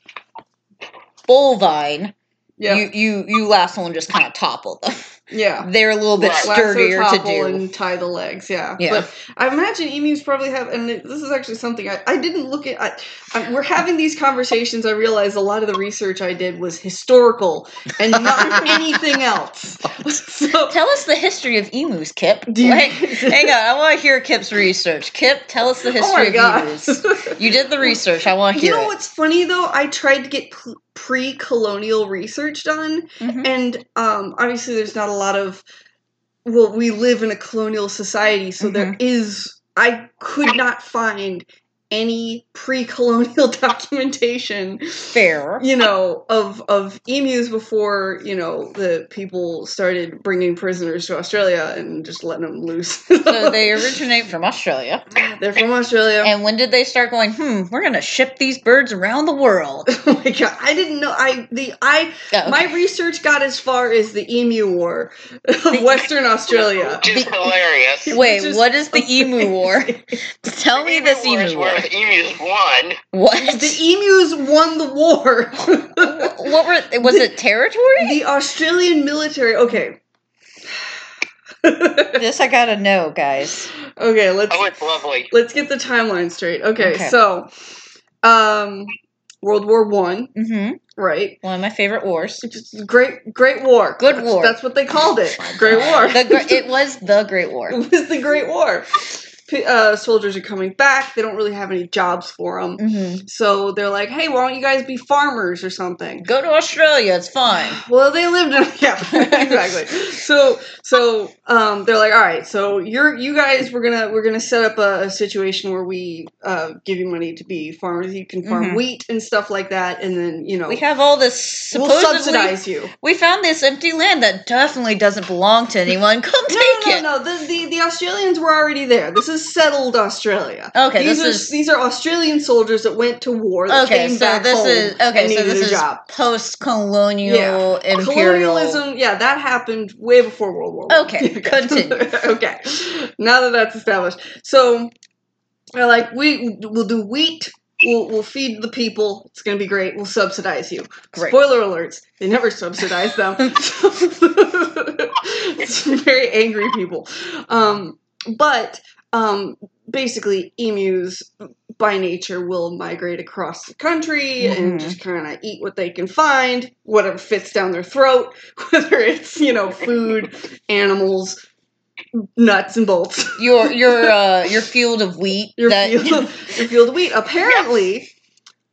Speaker 2: bovine,
Speaker 1: Yeah.
Speaker 2: you you you lasso and just kind of topple them.
Speaker 1: yeah.
Speaker 2: They're a little bit
Speaker 4: Right.
Speaker 1: Lasso,
Speaker 2: sturdier to
Speaker 1: topple,
Speaker 2: do.
Speaker 1: and tie the legs. Yeah.
Speaker 2: Yeah.
Speaker 1: But I imagine emus probably have, and this is actually something I, I didn't look at. I, I, we're having these conversations. I realize a lot of the research I did was historical
Speaker 2: *laughs*
Speaker 1: and not anything else. *laughs* So,
Speaker 2: Tell us the history of emus, Kip.
Speaker 1: do you- *laughs*
Speaker 2: Wait, hang on, I want to hear Kip's research. Kip, tell us the
Speaker 1: oh my
Speaker 2: history
Speaker 1: god.
Speaker 2: of
Speaker 1: *laughs*
Speaker 2: emus. You did the research. I want to
Speaker 1: You
Speaker 2: hear
Speaker 1: know
Speaker 2: it.
Speaker 1: what's funny though? I tried to get pl- pre-colonial research done,
Speaker 2: Mhm.
Speaker 1: and um, obviously there's not a lot of. Well, we live in a colonial society, so
Speaker 2: Mm-hmm.
Speaker 1: there is. I could not find any pre-colonial *laughs* documentation,
Speaker 2: Fair.
Speaker 1: you know, of of emus before you know the people started bringing prisoners to Australia and just letting them loose. *laughs*
Speaker 2: So they originate from Australia.
Speaker 1: They're from Australia.
Speaker 2: And when did they start going, hmm, we're going to ship these birds around the
Speaker 1: *laughs*
Speaker 2: world?
Speaker 1: *laughs* oh my god! I didn't know. I the I
Speaker 2: Oh,
Speaker 1: My research got as far as the Emu
Speaker 2: *laughs*
Speaker 1: War of *laughs* Western Australia.
Speaker 4: which is hilarious.
Speaker 2: Wait,
Speaker 1: Which is-
Speaker 2: what
Speaker 1: *laughs*
Speaker 2: is *laughs* the emu war? *laughs* Tell me this
Speaker 4: Emu wars
Speaker 2: emu war.
Speaker 4: where the emus won.
Speaker 1: The e
Speaker 2: What?
Speaker 1: emus won the war.
Speaker 2: *laughs* What were? Was it
Speaker 1: *laughs*
Speaker 2: territory?
Speaker 1: the Australian military. Okay. *laughs* okay,
Speaker 2: This I gotta know, guys.
Speaker 1: let's
Speaker 4: Oh, it's
Speaker 2: *laughs*
Speaker 4: lovely.
Speaker 1: let's get the timeline straight. Okay,
Speaker 2: Okay.
Speaker 1: so um World War 1,
Speaker 2: Mm-hmm.
Speaker 1: right?
Speaker 2: One of my favorite wars.
Speaker 1: Which is Great Great War.
Speaker 2: Good
Speaker 1: That's-
Speaker 2: war. Oh
Speaker 1: That's what they called it. Great War. *laughs*
Speaker 2: The gr- it was the Great War.
Speaker 1: it was the Great War. P- uh, soldiers are coming back. They don't really have any jobs for them.
Speaker 2: Mm-hmm.
Speaker 1: So they're like, hey, why don't you guys be farmers or something?
Speaker 2: Go to Australia. It's fine.
Speaker 1: Well, they lived in *laughs* yeah, exactly. So so um, they're like, all right, so you're you guys we're gonna we're gonna set up a, a situation where we uh, give you money to be farmers. You can farm
Speaker 2: Mhm.
Speaker 1: wheat and stuff like that, and then you know
Speaker 2: We have all this
Speaker 1: Oh. we'll
Speaker 2: supposedly.
Speaker 1: subsidize
Speaker 2: *laughs*
Speaker 1: you.
Speaker 2: We found this empty land that definitely doesn't belong to anyone. *laughs* Come
Speaker 1: No,
Speaker 2: take
Speaker 1: no,
Speaker 2: it.
Speaker 1: no, no. The, the the Australians were already there. This is settled Australia.
Speaker 2: Oh, Okay,
Speaker 1: these
Speaker 2: this
Speaker 1: are
Speaker 2: is-
Speaker 1: these are Australian soldiers that went to war. That
Speaker 2: Okay,
Speaker 1: came
Speaker 2: so
Speaker 1: back
Speaker 2: this
Speaker 1: home
Speaker 2: is okay.
Speaker 1: and
Speaker 2: So
Speaker 1: needed
Speaker 2: this
Speaker 1: a
Speaker 2: is
Speaker 1: job.
Speaker 2: post-colonial imperial.
Speaker 1: colonialism yeah that happened way before world war One. *laughs*
Speaker 2: Okay, continue.
Speaker 1: okay now that that's established so they're like we we'll do wheat we'll, we'll feed the people it's gonna be great we'll subsidize you
Speaker 2: Great.
Speaker 1: spoiler alerts they never subsidize them *laughs* it's very angry people um but um, basically emus by nature will migrate across the country and
Speaker 2: Mhm.
Speaker 1: just kind of eat what they can find, whatever fits down their throat, *laughs* whether it's you know food, animals, nuts and bolts.
Speaker 2: Your
Speaker 1: *laughs*
Speaker 2: your uh, your field of wheat.
Speaker 1: Your,
Speaker 2: that- *laughs*
Speaker 1: field, *laughs* your field of wheat. Apparently,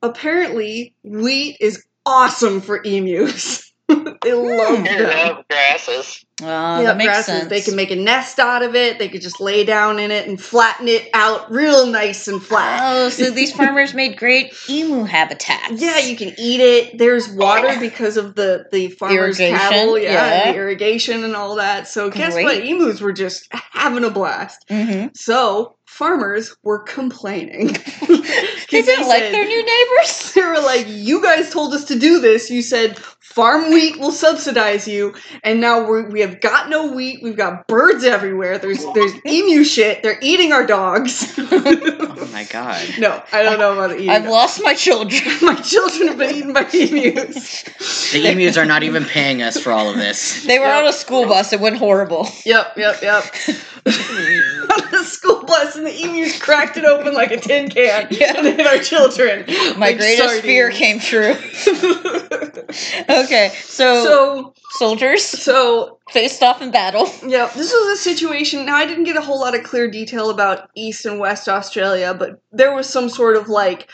Speaker 1: apparently wheat is awesome for emus. *laughs* they love
Speaker 2: Hmm.
Speaker 4: Fair
Speaker 1: them.
Speaker 4: enough, grasses.
Speaker 2: Ah,
Speaker 1: Yeah,
Speaker 2: that makes
Speaker 1: grasses.
Speaker 2: sense.
Speaker 1: They can make a nest out of it. They could just lay down in it and flatten it out real nice and flat.
Speaker 2: Oh,
Speaker 1: *laughs*
Speaker 2: so these farmers made great emu habitats.
Speaker 1: Yeah, you can eat it. There's water because of the the farmers'
Speaker 2: Irrigation,
Speaker 1: cattle, yeah, and
Speaker 2: yeah. Oh,
Speaker 1: the irrigation and all that. So guess what?
Speaker 2: Great.
Speaker 1: Emus were just having a blast.
Speaker 2: Mhm.
Speaker 1: So farmers were complaining. *laughs* 'Cause
Speaker 2: *laughs* They didn't like
Speaker 1: said-
Speaker 2: their new neighbors.
Speaker 1: *laughs* they were like, "You guys told us to do this. You said farm wheat will subsidize you, and now we we have got no wheat. We've got birds everywhere. There's there's emu shit. They're eating our dogs. *laughs*
Speaker 3: Oh my god.
Speaker 1: no, I don't know about the eating.
Speaker 2: I've
Speaker 1: dogs.
Speaker 2: lost my children.
Speaker 1: *laughs*
Speaker 2: *laughs*
Speaker 1: My children have been eaten by emus.
Speaker 3: The emus are not even paying us for all of this.
Speaker 2: They were
Speaker 1: Yep.
Speaker 2: on a school bus. It went horrible.
Speaker 1: Yep,
Speaker 2: *laughs*
Speaker 1: yep, yep. *laughs* On the school bus, and the emus cracked it open like a tin can
Speaker 2: *laughs* Yeah.
Speaker 1: and hit our children.
Speaker 2: My
Speaker 1: like
Speaker 2: greatest fear came
Speaker 1: sardines.
Speaker 2: true. *laughs* Okay, so,
Speaker 1: so,
Speaker 2: soldiers
Speaker 1: so
Speaker 2: faced off in battle.
Speaker 1: Yeah, this was a situation. Now, I didn't get a whole lot of clear detail about East and West Australia, but there was some sort of like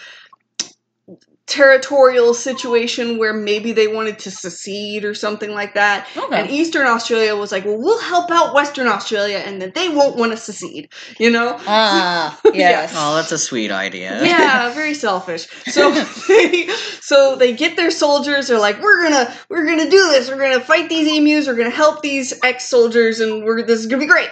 Speaker 1: territorial situation where maybe they wanted to secede or something like that. And
Speaker 2: Okay.
Speaker 1: Eastern Australia was like, well, we'll help out Western Australia and then they won't want to secede, you know? *laughs*
Speaker 2: Ah, yes.
Speaker 3: Oh, that's a sweet idea.
Speaker 1: yeah, very selfish. So they, so they get their soldiers. They're like, we're gonna we're gonna do this. We're gonna fight these emus. We're gonna help these ex soldiers, and we're this is gonna be great.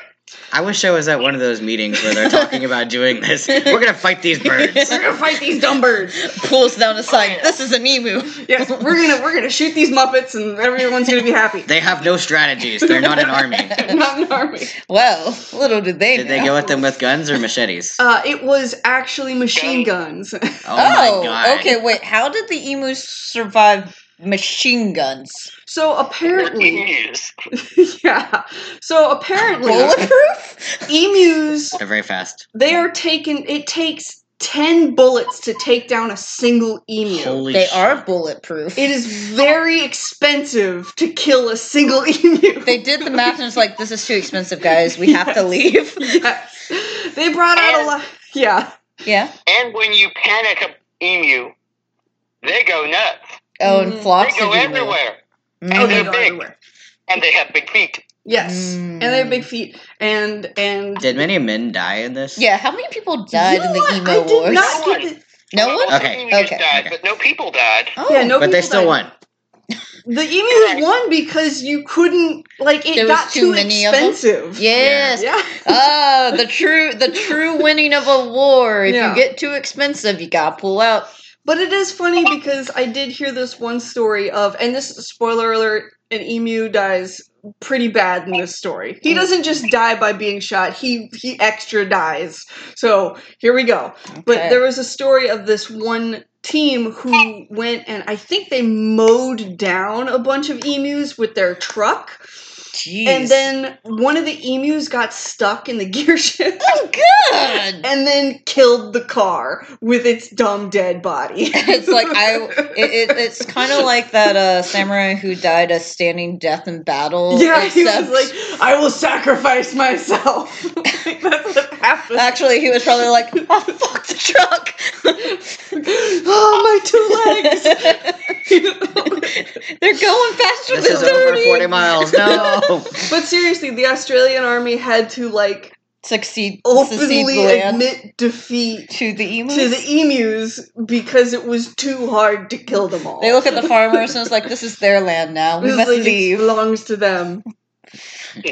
Speaker 3: I wish I was at one of those meetings where they're talking about doing this. We're gonna fight these birds.
Speaker 1: We're gonna fight these dumb birds.
Speaker 2: Pulls down a sign. This is an emu.
Speaker 1: Yes, we're gonna we're gonna shoot these Muppets and everyone's gonna be happy.
Speaker 3: They have no strategies. They're *laughs* not an army.
Speaker 1: Not an army.
Speaker 2: Well, little did they
Speaker 3: Did they
Speaker 2: know.
Speaker 3: go at them with guns or machetes? Oh,
Speaker 1: Uh, it was actually machine guns. *laughs*
Speaker 2: Oh,
Speaker 3: my god.
Speaker 2: okay. Wait, how did the emus survive machine guns?
Speaker 1: So apparently,
Speaker 4: Emus.
Speaker 1: *laughs* yeah. So apparently,
Speaker 2: Bulletproof?
Speaker 1: *laughs* emus
Speaker 3: They're very fast.
Speaker 1: they are taken. It takes ten bullets to take down a single emu.
Speaker 3: Holy
Speaker 2: They
Speaker 3: shit.
Speaker 2: are bulletproof.
Speaker 1: it is very expensive to kill a single *laughs* emu.
Speaker 2: they did the math and it's like, this is too expensive, guys. We have
Speaker 1: *laughs*
Speaker 2: to leave. *laughs*
Speaker 1: Yes. They brought out a
Speaker 4: And-
Speaker 1: lot. Yeah.
Speaker 2: Yeah.
Speaker 4: And when you panic a emu, they go nuts.
Speaker 2: Oh, and
Speaker 1: Mm.
Speaker 2: flocks.
Speaker 4: They go
Speaker 2: of emu.
Speaker 4: everywhere.
Speaker 1: Oh,
Speaker 2: Mm.
Speaker 1: they
Speaker 4: they're
Speaker 1: go
Speaker 4: big.
Speaker 1: everywhere.
Speaker 4: And they have big feet.
Speaker 1: Yes, and they have
Speaker 2: Mm.
Speaker 1: big feet. And and
Speaker 3: Did many men die in this?
Speaker 2: Yeah, how many people died
Speaker 1: You know
Speaker 2: in the
Speaker 1: what?
Speaker 2: emo
Speaker 1: I did
Speaker 2: wars?
Speaker 1: not get the-
Speaker 2: No
Speaker 4: Well,
Speaker 2: one?
Speaker 4: lots of
Speaker 3: Okay,
Speaker 4: emus
Speaker 2: okay,
Speaker 4: died,
Speaker 3: okay.
Speaker 4: But no people died.
Speaker 2: Oh,
Speaker 1: Yeah, no
Speaker 3: But they
Speaker 1: people
Speaker 3: still
Speaker 1: died.
Speaker 3: won.
Speaker 1: The emus won because you couldn't like it
Speaker 2: There was
Speaker 1: got
Speaker 2: too
Speaker 1: too,
Speaker 2: many of them?
Speaker 1: expensive.
Speaker 2: Yes.
Speaker 1: Yeah.
Speaker 2: Ah, the true the true winning of a war. If
Speaker 1: Yeah.
Speaker 2: you get too expensive, you gotta pull out.
Speaker 1: But it is funny because I did hear this one story of and this spoiler alert, an emu dies pretty bad in this story.
Speaker 2: Mm.
Speaker 1: He doesn't just die by being shot, he he extra dies. So here we go.
Speaker 2: Okay.
Speaker 1: But there was a story of this one team who went and I think they mowed down a bunch of emus with their truck.
Speaker 2: Jeez.
Speaker 1: And then one of the emus got stuck in the *laughs* gear shift
Speaker 2: Oh god.
Speaker 1: and then killed the car with its dumb dead body.
Speaker 2: *laughs* *laughs* It's like I it, it, it's kind of like that uh samurai who died a standing death in battle.
Speaker 1: *laughs* Yeah, he
Speaker 2: except-
Speaker 1: was like, I will sacrifice myself. *laughs* Like, that's what happened. *laughs*
Speaker 2: Actually, he was probably like, "Oh fuck the truck!"
Speaker 1: oh, my two legs.
Speaker 2: *laughs* They're going faster
Speaker 3: This
Speaker 2: than
Speaker 3: is over
Speaker 2: thirty.
Speaker 3: 40 miles. No.
Speaker 2: *laughs*
Speaker 1: but seriously, the Australian army had to like
Speaker 2: Succeed, succeed
Speaker 1: openly
Speaker 2: land
Speaker 1: admit defeat
Speaker 2: to the emus.
Speaker 1: to the emus because it was too hard to kill them all.
Speaker 2: They look at the farmers and it's like, this is their land now. We
Speaker 1: It's
Speaker 2: must
Speaker 1: like, it
Speaker 2: leave. *laughs*
Speaker 1: belongs to them.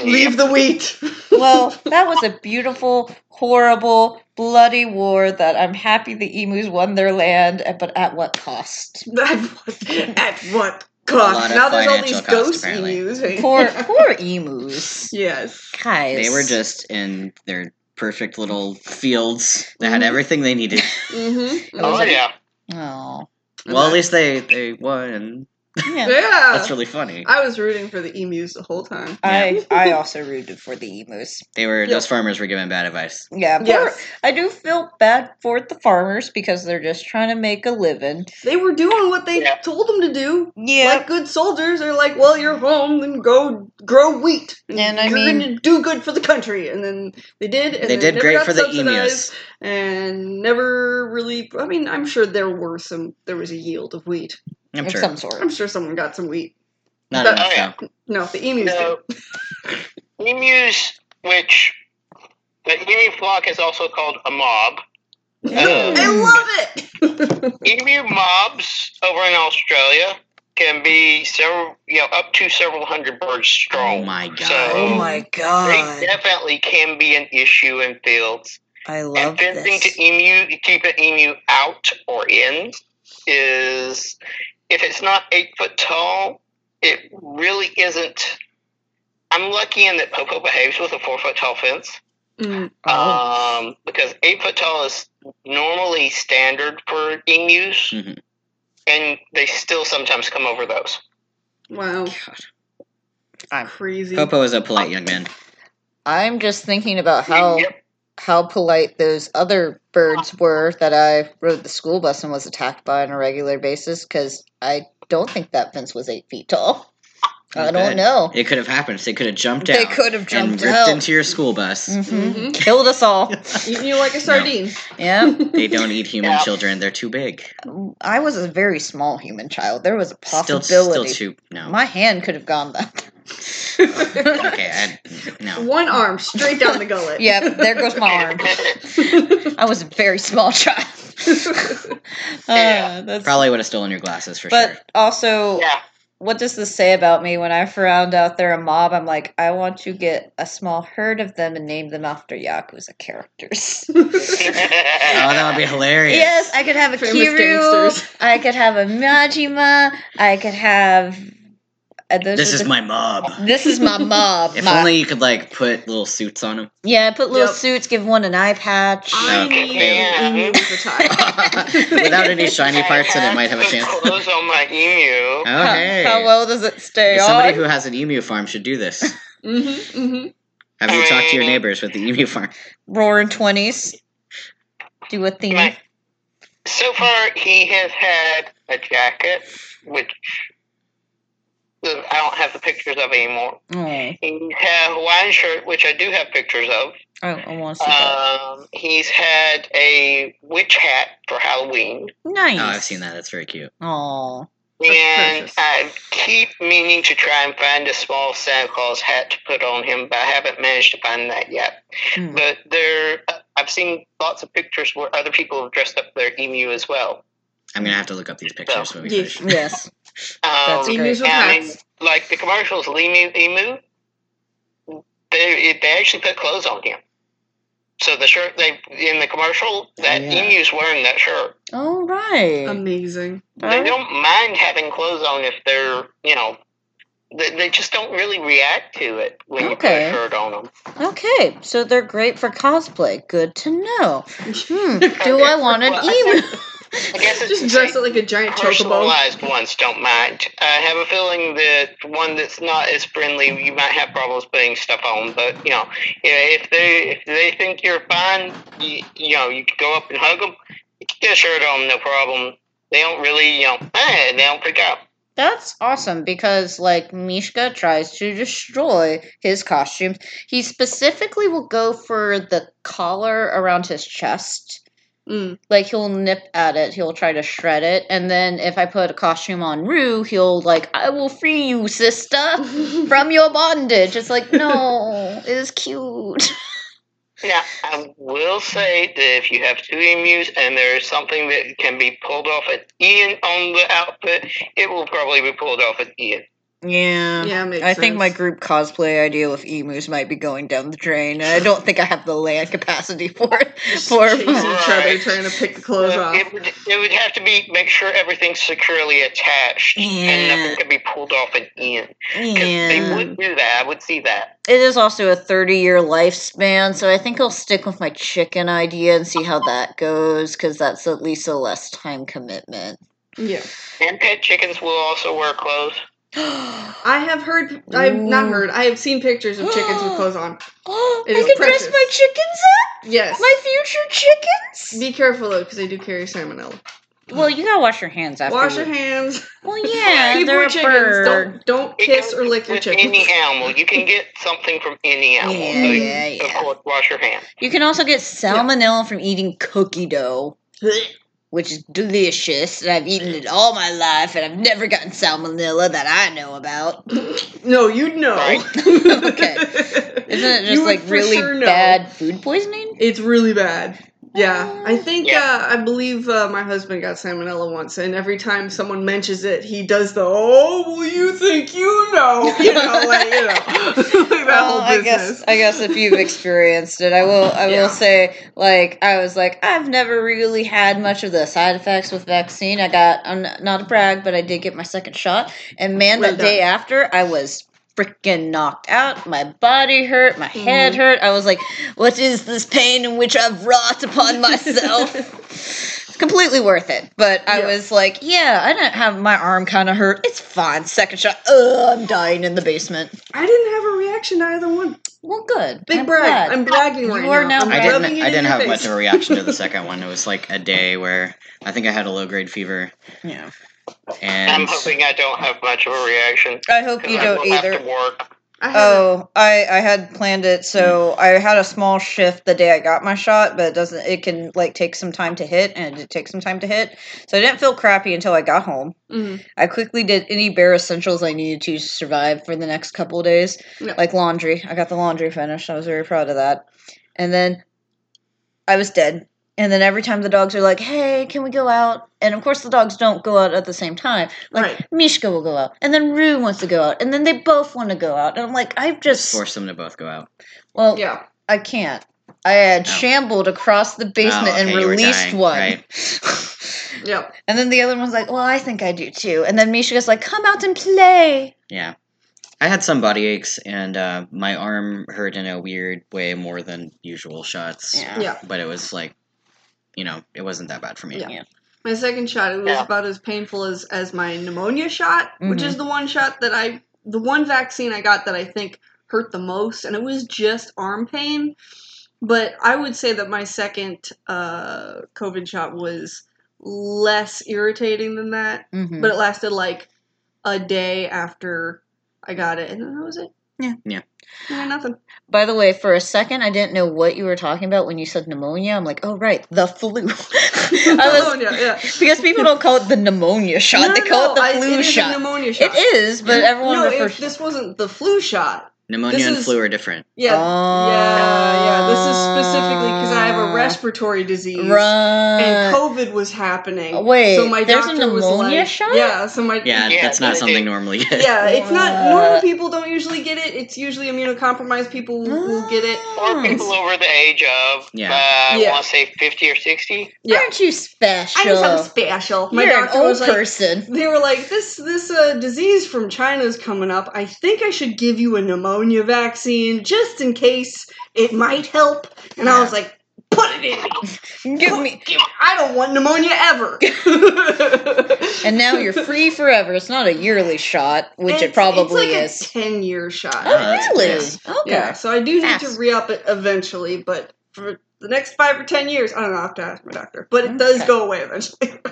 Speaker 1: Leave
Speaker 4: Yep.
Speaker 1: the wheat.
Speaker 2: Well, that was a beautiful, horrible, bloody war that I'm happy the emus won their land, eh, but at what cost?
Speaker 1: *laughs* At what, at what
Speaker 3: A lot
Speaker 1: cost?
Speaker 3: of
Speaker 1: Now there's all these
Speaker 3: financial cost,
Speaker 1: ghost
Speaker 3: apparently.
Speaker 1: emus. *laughs*
Speaker 2: *laughs*
Speaker 1: hanging-
Speaker 2: Poor, poor emus.
Speaker 1: yes.
Speaker 2: Guys.
Speaker 3: They were just in their perfect little fields. They had
Speaker 2: Mm-hmm.
Speaker 1: Mhm.
Speaker 3: everything
Speaker 2: *laughs*
Speaker 3: they needed.
Speaker 1: Mm-hmm.
Speaker 4: Oh, yeah.
Speaker 2: Oh.
Speaker 3: Well, at least they, they won.
Speaker 2: *laughs* Yeah.
Speaker 1: Yeah.
Speaker 3: That's really funny.
Speaker 1: Uh, I was rooting for the emus the whole time.
Speaker 2: I I also rooted for the emus.
Speaker 3: They were
Speaker 1: Yeah.
Speaker 3: those farmers were given bad advice.
Speaker 2: Yeah, poor-
Speaker 1: Yes.
Speaker 2: I do feel bad for the farmers because they're just trying to make a living.
Speaker 1: They were doing what they
Speaker 4: Yeah.
Speaker 1: told them to do.
Speaker 2: Yeah,
Speaker 1: Like good soldiers are like, well, you're home, then go grow wheat.
Speaker 2: And I
Speaker 1: you're
Speaker 2: mean-
Speaker 1: gonna do good for the country. And then they did. And
Speaker 3: they
Speaker 1: then
Speaker 3: did
Speaker 1: never
Speaker 3: great
Speaker 1: got
Speaker 3: for the emus.
Speaker 1: subsidized And never really. I mean, I'm sure there were some. There was a yield of wheat.
Speaker 3: I'm
Speaker 2: of
Speaker 3: sure.
Speaker 2: some
Speaker 1: I'm
Speaker 2: sort.
Speaker 1: sure someone got some wheat.
Speaker 3: Not
Speaker 1: But-
Speaker 3: enough
Speaker 4: Oh, yeah.
Speaker 3: though.
Speaker 1: No, the emus
Speaker 4: No. emus, which the emu flock is also called a mob.
Speaker 1: did.
Speaker 4: Yeah.
Speaker 1: I love it.
Speaker 4: Emu mobs over in Australia can be several, you know, up to several hundred birds strong.
Speaker 3: Oh my god.
Speaker 4: So- um,
Speaker 2: god,
Speaker 4: They definitely can be an issue in fields.
Speaker 2: I
Speaker 4: and fencing to emu to keep an emu out or in is if it's not eight foot tall, it really isn't. I'm lucky in that Popo behaves with a four foot tall fence.
Speaker 1: Mm,
Speaker 2: Oh.
Speaker 3: Oh.
Speaker 4: Um, because eight foot tall is normally standard for emus,
Speaker 3: Mhm.
Speaker 4: and they still sometimes come over those.
Speaker 1: wow.
Speaker 3: God.
Speaker 1: Crazy.
Speaker 3: Popo is a polite young man.
Speaker 2: I'm just thinking about how
Speaker 4: Yep.
Speaker 2: how polite those other birds were that I rode the school bus and was attacked by on a regular basis because I don't think that fence was eight feet tall. I
Speaker 3: Okay.
Speaker 2: don't know.
Speaker 3: It could have happened. They could have jumped
Speaker 2: They
Speaker 3: out
Speaker 2: could have
Speaker 3: and mm-hmm.
Speaker 2: jumped
Speaker 3: ripped
Speaker 2: out.
Speaker 3: into your school bus.
Speaker 2: Mhm.
Speaker 4: Mm-hmm.
Speaker 1: Mhm.
Speaker 2: Killed us
Speaker 3: *laughs*
Speaker 2: all.
Speaker 1: Eating *laughs* you like a sardine.
Speaker 2: yeah.
Speaker 3: they don't eat human
Speaker 4: Yeah.
Speaker 3: children. They're too big.
Speaker 2: I was a very small human child. There was a
Speaker 3: Still,
Speaker 2: possibility.
Speaker 3: still too. No.
Speaker 2: My hand could have gone that. *laughs*
Speaker 3: okay. I, no.
Speaker 1: One arm straight down the gullet.
Speaker 2: yep, there
Speaker 1: *laughs*
Speaker 2: goes my arm. I was a very small child. *laughs*
Speaker 4: Yeah.
Speaker 2: Uh, that's,
Speaker 3: Probably would have stolen your glasses for
Speaker 2: but
Speaker 3: sure.
Speaker 2: also,
Speaker 4: *laughs* yeah.
Speaker 2: what does this say about me? When I found out they're a mob, I'm like, I want to get a small herd of them and name them after Yakuza characters. *laughs*
Speaker 3: Oh, that would be hilarious.
Speaker 2: yes, I could have a
Speaker 1: Famous
Speaker 2: Kiru.
Speaker 1: gangsters.
Speaker 2: I could have a Majima. I could have. Uh, those
Speaker 3: This
Speaker 2: are *laughs*
Speaker 3: is
Speaker 2: the-
Speaker 3: my mob.
Speaker 2: This is
Speaker 1: *laughs*
Speaker 2: my mob.
Speaker 3: If
Speaker 2: my-
Speaker 3: only you could like put little suits on them.
Speaker 2: Yeah, put little
Speaker 1: Yep.
Speaker 2: suits, give one an eye patch.
Speaker 1: I
Speaker 3: Okay.
Speaker 1: need an emu with a
Speaker 3: *laughs*
Speaker 1: tie.
Speaker 3: Without
Speaker 2: *laughs*
Speaker 3: any shiny parts, so they might have a
Speaker 4: I
Speaker 3: chance. Uh,
Speaker 4: put
Speaker 3: Oh
Speaker 4: Clothes on my emu.
Speaker 2: How-
Speaker 3: hey!
Speaker 2: How well does it stay
Speaker 3: Somebody
Speaker 2: on?
Speaker 3: who has an emu farm should do this.
Speaker 1: *laughs* mm-hmm, mm-hmm.
Speaker 3: Have you talked to your neighbors with the emu farm?
Speaker 2: Roaring 20s. Do a theme.
Speaker 4: Right. So far, he has had a jacket, which uh, I don't have the pictures of anymore.
Speaker 2: Oh, I,
Speaker 4: He's had a Hawaiian shirt, which I do have pictures of.
Speaker 2: Oh, I want to see
Speaker 1: Uh,
Speaker 2: that.
Speaker 4: Um, he's had a witch hat for Halloween,
Speaker 2: Nice.
Speaker 3: Oh, I've seen that. That's very cute.
Speaker 2: Oh,
Speaker 1: That's
Speaker 4: and
Speaker 1: precious.
Speaker 4: I keep meaning to try and find a small Santa Claus hat to put on him, but I haven't managed to find that yet.
Speaker 2: Hmm.
Speaker 4: But there, uh, I've seen lots of pictures where other people have dressed up their emu as well.
Speaker 3: I'm gonna have to look up these pictures when we
Speaker 1: Yes.
Speaker 3: finish.
Speaker 2: yes.
Speaker 4: Um,
Speaker 2: That's great.
Speaker 1: Emus with
Speaker 4: Yeah, I mean,
Speaker 1: hats.
Speaker 4: like the commercials, Limu Emu, they they actually put clothes on him. So the shirt they in the commercial that
Speaker 3: Yeah.
Speaker 4: emu's wearing that shirt.
Speaker 2: All right.
Speaker 1: Um, Amazing.
Speaker 4: They don't mind having clothes on if they're you know they, they just don't really react to it when you put
Speaker 2: Okay.
Speaker 4: a shirt on them.
Speaker 2: okay, so they're great for cosplay. Good to know. Hmm. Do I want an
Speaker 4: Well,
Speaker 2: emu?
Speaker 4: I guess it's
Speaker 1: Just dress it like a giant chocobo.
Speaker 4: personalized ones don't mind. I have a feeling that one that's not as friendly, you might have problems putting stuff on. But you know, if they if they think you're fine, you, you know, you can go up and hug them. You can get a shirt on, no problem. They don't really, you know, eh, they don't freak out.
Speaker 2: *laughs* That's awesome because, like, Mishka tries to destroy his costumes. He specifically will go for the collar around his chest.
Speaker 1: Mm. *laughs*
Speaker 2: Like, he'll nip at it, he'll try to shred it. And then, if I put a costume on Rue, he'll, like, I will free you,
Speaker 1: *laughs*
Speaker 2: sister, from your bondage. It's like, no, it is cute.
Speaker 4: Now, I will say that if you have two emus and there is something that can be pulled off at Ian on the outfit, it will probably be pulled off at Ian.
Speaker 2: Yeah.
Speaker 1: Yeah, makes
Speaker 2: I think my
Speaker 1: sense.
Speaker 2: group cosplay idea with emus might be going down the drain. I don't think I have the land capacity *laughs* for it. For
Speaker 1: Chase each other
Speaker 4: Right.
Speaker 1: trying to pick the clothes
Speaker 4: Well,
Speaker 1: off.
Speaker 4: It would, it would have to be make sure everything's securely attached and
Speaker 2: Yeah.
Speaker 4: nothing could be pulled off and in. 'Cause They
Speaker 2: Yeah.
Speaker 4: would do that. I would see that.
Speaker 2: It is also a 30 year lifespan, so I think I'll stick with my chicken idea and see how that goes, because that's at least a less time commitment. *gasps*
Speaker 1: Yeah.
Speaker 4: And pet chickens will also wear clothes.
Speaker 2: Oh,
Speaker 1: I have heard, I've not heard, I have seen pictures of
Speaker 2: *gasps*
Speaker 1: chickens with clothes on.
Speaker 2: I
Speaker 1: It
Speaker 2: can
Speaker 1: is
Speaker 2: dress
Speaker 1: precious.
Speaker 2: my chickens
Speaker 1: Yes.
Speaker 2: up? My future chickens?
Speaker 1: Be careful though, because they do carry salmonella.
Speaker 2: Well, you gotta wash your hands after.
Speaker 1: Wash your hands.
Speaker 2: Well, yeah,
Speaker 1: Keep
Speaker 2: they're
Speaker 1: your
Speaker 2: a
Speaker 1: chickens.
Speaker 2: bird.
Speaker 1: Don't don't
Speaker 4: It
Speaker 1: kiss
Speaker 4: goes
Speaker 1: or lick your
Speaker 4: with
Speaker 1: chickens. *laughs*
Speaker 4: Any animal. You can get something from any animal.
Speaker 2: Yeah,
Speaker 4: so,
Speaker 2: yeah,
Speaker 4: Of
Speaker 2: yeah.
Speaker 4: course, wash your hands.
Speaker 2: You can also get salmonella from eating cookie dough, which is delicious, and I've eaten it all my life, and I've never gotten salmonella that I know about.
Speaker 1: No, you'd know. *laughs*
Speaker 4: Right.
Speaker 2: Okay. Isn't it
Speaker 1: You
Speaker 2: just
Speaker 1: would
Speaker 2: like
Speaker 1: for
Speaker 2: really
Speaker 1: sure know.
Speaker 2: bad food poisoning?
Speaker 1: It's really bad. Yeah, I think
Speaker 4: Mm. Yeah.
Speaker 1: Uh, I believe uh, my husband got salmonella once, and every time someone mentions it, he does the "Oh, well, you think you
Speaker 2: *laughs*
Speaker 1: know," you know, like you know, *laughs* like that whole
Speaker 2: I
Speaker 1: business.
Speaker 2: guess I guess if you've experienced it, I will I
Speaker 1: Yeah.
Speaker 2: will say like I was like I've never really had much of the side effects with vaccine. I got I'm n- not a brag, but I did get my second shot, and man,
Speaker 1: Well
Speaker 2: that day after I was freaking knocked out. My body hurt,
Speaker 1: Mm-hmm.
Speaker 2: my head hurt. I was like, what is this pain in which I've wrought
Speaker 1: *laughs*
Speaker 2: upon myself? It's completely worth it. But I
Speaker 1: Yeah.
Speaker 2: was like, yeah, I don't have my arm kind of hurt. It's fine. Second shot. Ugh, I'm dying in the basement.
Speaker 1: I didn't have a reaction to either one.
Speaker 2: Well, good.
Speaker 1: Big
Speaker 2: I'm
Speaker 1: brag.
Speaker 2: glad.
Speaker 1: I'm bragging
Speaker 2: You
Speaker 1: right
Speaker 2: are now
Speaker 1: now. I'm
Speaker 3: I
Speaker 2: bragging.
Speaker 1: rubbing
Speaker 3: didn't.
Speaker 1: it
Speaker 3: I
Speaker 1: in
Speaker 3: didn't
Speaker 1: your
Speaker 3: have
Speaker 1: face.
Speaker 3: much of a reaction
Speaker 2: *laughs*
Speaker 3: to the second one. It was like a day where I think I had a low grade fever,
Speaker 2: Yeah.
Speaker 3: and
Speaker 4: I'm
Speaker 2: *laughs*
Speaker 4: hoping I don't have much of a reaction.
Speaker 2: I hope
Speaker 4: 'cause
Speaker 2: you
Speaker 4: I
Speaker 2: don't
Speaker 4: will
Speaker 2: either.
Speaker 4: Have to work.
Speaker 1: I had a-
Speaker 2: Oh, I I had planned it, so I had a small shift the day I got my shot, but it doesn't. It can like take some time to hit, and it did take some time to hit. So I didn't feel crappy until I got home.
Speaker 1: mhm.
Speaker 2: I quickly did any bare essentials I needed to survive for the next couple of days,
Speaker 1: Yeah.
Speaker 2: like laundry. I got the laundry finished. I was very proud of that. And then I was dead. And then every time the dogs are like, "Hey, can we go out?" and of course the dogs don't go out at the same time. Like
Speaker 1: Right.
Speaker 2: Mishka will go out, and then Rue wants to go out, and then they both want to go out. And I'm like, I've just
Speaker 3: forced them to both go out.
Speaker 2: well,
Speaker 1: Yeah.
Speaker 2: I can't. I had
Speaker 3: Oh.
Speaker 2: shambled across the basement
Speaker 3: Oh, okay,
Speaker 2: and
Speaker 3: you were
Speaker 2: released
Speaker 3: dying,
Speaker 2: one. *laughs*
Speaker 1: Yeah.
Speaker 2: And then the other one's like, "Well, I think I do too." And then Mishka's like, "Come out and play."
Speaker 3: Yeah, I had some body aches, and uh, my arm hurt in a weird way more than usual shots.
Speaker 2: Yeah.
Speaker 1: Yeah.
Speaker 3: but it was like, you know, it wasn't that bad for me.
Speaker 1: Yeah. My second shot, it was
Speaker 4: Yeah.
Speaker 1: about as painful as as my pneumonia shot, which
Speaker 2: Mhm.
Speaker 1: is the one shot that I, the one vaccine I got that I think hurt the most, and it was just arm pain. But I would say that my second uh, COVID shot was less irritating than that,
Speaker 2: Mm-hmm.
Speaker 1: but it lasted like a day after I got it, and then that was it.
Speaker 2: Yeah.
Speaker 3: Yeah.
Speaker 1: Yeah, nothing.
Speaker 2: By the way, for a second, I didn't know what you were talking about when you said pneumonia. I'm like, oh right, the flu. *laughs* *laughs* I *laughs*
Speaker 1: Pneumonia, yeah.
Speaker 2: was, because people don't call it the pneumonia shot;
Speaker 1: No,
Speaker 2: they call
Speaker 1: no,
Speaker 2: it the
Speaker 1: I-
Speaker 2: flu
Speaker 1: it is a
Speaker 2: shot.
Speaker 1: pneumonia
Speaker 2: It
Speaker 1: shot.
Speaker 2: is, but everyone
Speaker 1: No,
Speaker 2: refers.
Speaker 1: if this wasn't the flu shot,
Speaker 3: Pneumonia
Speaker 1: This
Speaker 3: and
Speaker 1: is-
Speaker 3: flu are different.
Speaker 1: Yeah, yeah, yeah. This is specifically because I have a respiratory disease.
Speaker 2: Ah. Right.
Speaker 1: And COVID was happening.
Speaker 2: Wait,
Speaker 1: so my
Speaker 2: there's a
Speaker 1: doctor was
Speaker 2: pneumonia
Speaker 1: like,
Speaker 2: shot?
Speaker 1: Yeah, so my
Speaker 3: Yeah,
Speaker 4: Yeah,
Speaker 3: that's not
Speaker 4: they-
Speaker 3: something normal *laughs* you get.
Speaker 1: yeah. It's
Speaker 2: *laughs*
Speaker 1: not
Speaker 2: What?
Speaker 1: normal people don't usually get it. It's usually immunocompromised people will, will get it.
Speaker 4: Or
Speaker 2: Oh.
Speaker 4: people over the age of,
Speaker 3: Yeah.
Speaker 4: uh, I
Speaker 1: Yeah.
Speaker 4: want to say 50 or 60.
Speaker 1: Yeah,
Speaker 2: Aren't you special?
Speaker 1: I know something special. My
Speaker 2: You're an
Speaker 1: doctor
Speaker 2: old
Speaker 1: was like,
Speaker 2: person.
Speaker 1: they were like, this this uh, disease from China is coming up. I think I should give you a pneumonia vaccine just in case it might help. And I was like, put it in
Speaker 2: *laughs*
Speaker 1: me.
Speaker 2: Give me.
Speaker 1: I don't want pneumonia ever.
Speaker 2: *laughs* And now
Speaker 1: *laughs*
Speaker 2: you're free forever. It's not a yearly shot, which it probably
Speaker 1: it's
Speaker 2: is.
Speaker 1: like A Ten year shot.
Speaker 3: Oh,
Speaker 2: Oh,
Speaker 3: that's
Speaker 2: really?
Speaker 3: nice.
Speaker 2: Okay.
Speaker 1: Yeah. So I do need
Speaker 2: Ask.
Speaker 1: to re up it eventually, but for the next five or ten years, I don't know. I have to ask my doctor, but it does
Speaker 2: Okay.
Speaker 1: go away eventually. *laughs*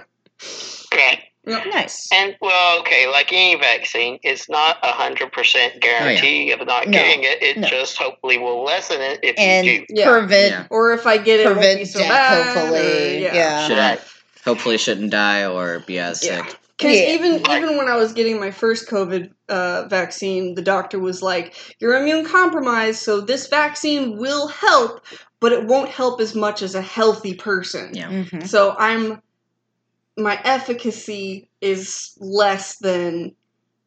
Speaker 4: Okay.
Speaker 2: Nice.
Speaker 4: And well, okay, like any vaccine, it's not a hundred percent guarantee of not
Speaker 2: No,
Speaker 4: getting it. It
Speaker 2: no.
Speaker 4: just hopefully will lessen it if
Speaker 2: And *laughs*
Speaker 4: you do.
Speaker 1: Yeah.
Speaker 2: prevent
Speaker 3: Yeah.
Speaker 1: or if I get it, it won't be
Speaker 2: prevent
Speaker 1: so
Speaker 2: death,
Speaker 1: bad.
Speaker 2: hopefully.
Speaker 1: or-
Speaker 2: yeah.
Speaker 3: Shouldn't, hopefully, shouldn't die or be as
Speaker 1: Yeah.
Speaker 3: sick.
Speaker 1: Because
Speaker 2: Yeah.
Speaker 1: even
Speaker 4: Right.
Speaker 1: even when I was getting my first COVID uh, vaccine, the doctor was like, "You're immune compromised, so this vaccine will help, but it won't help as much as a healthy person."
Speaker 3: Yeah.
Speaker 2: Mhm.
Speaker 1: So I'm my efficacy is less than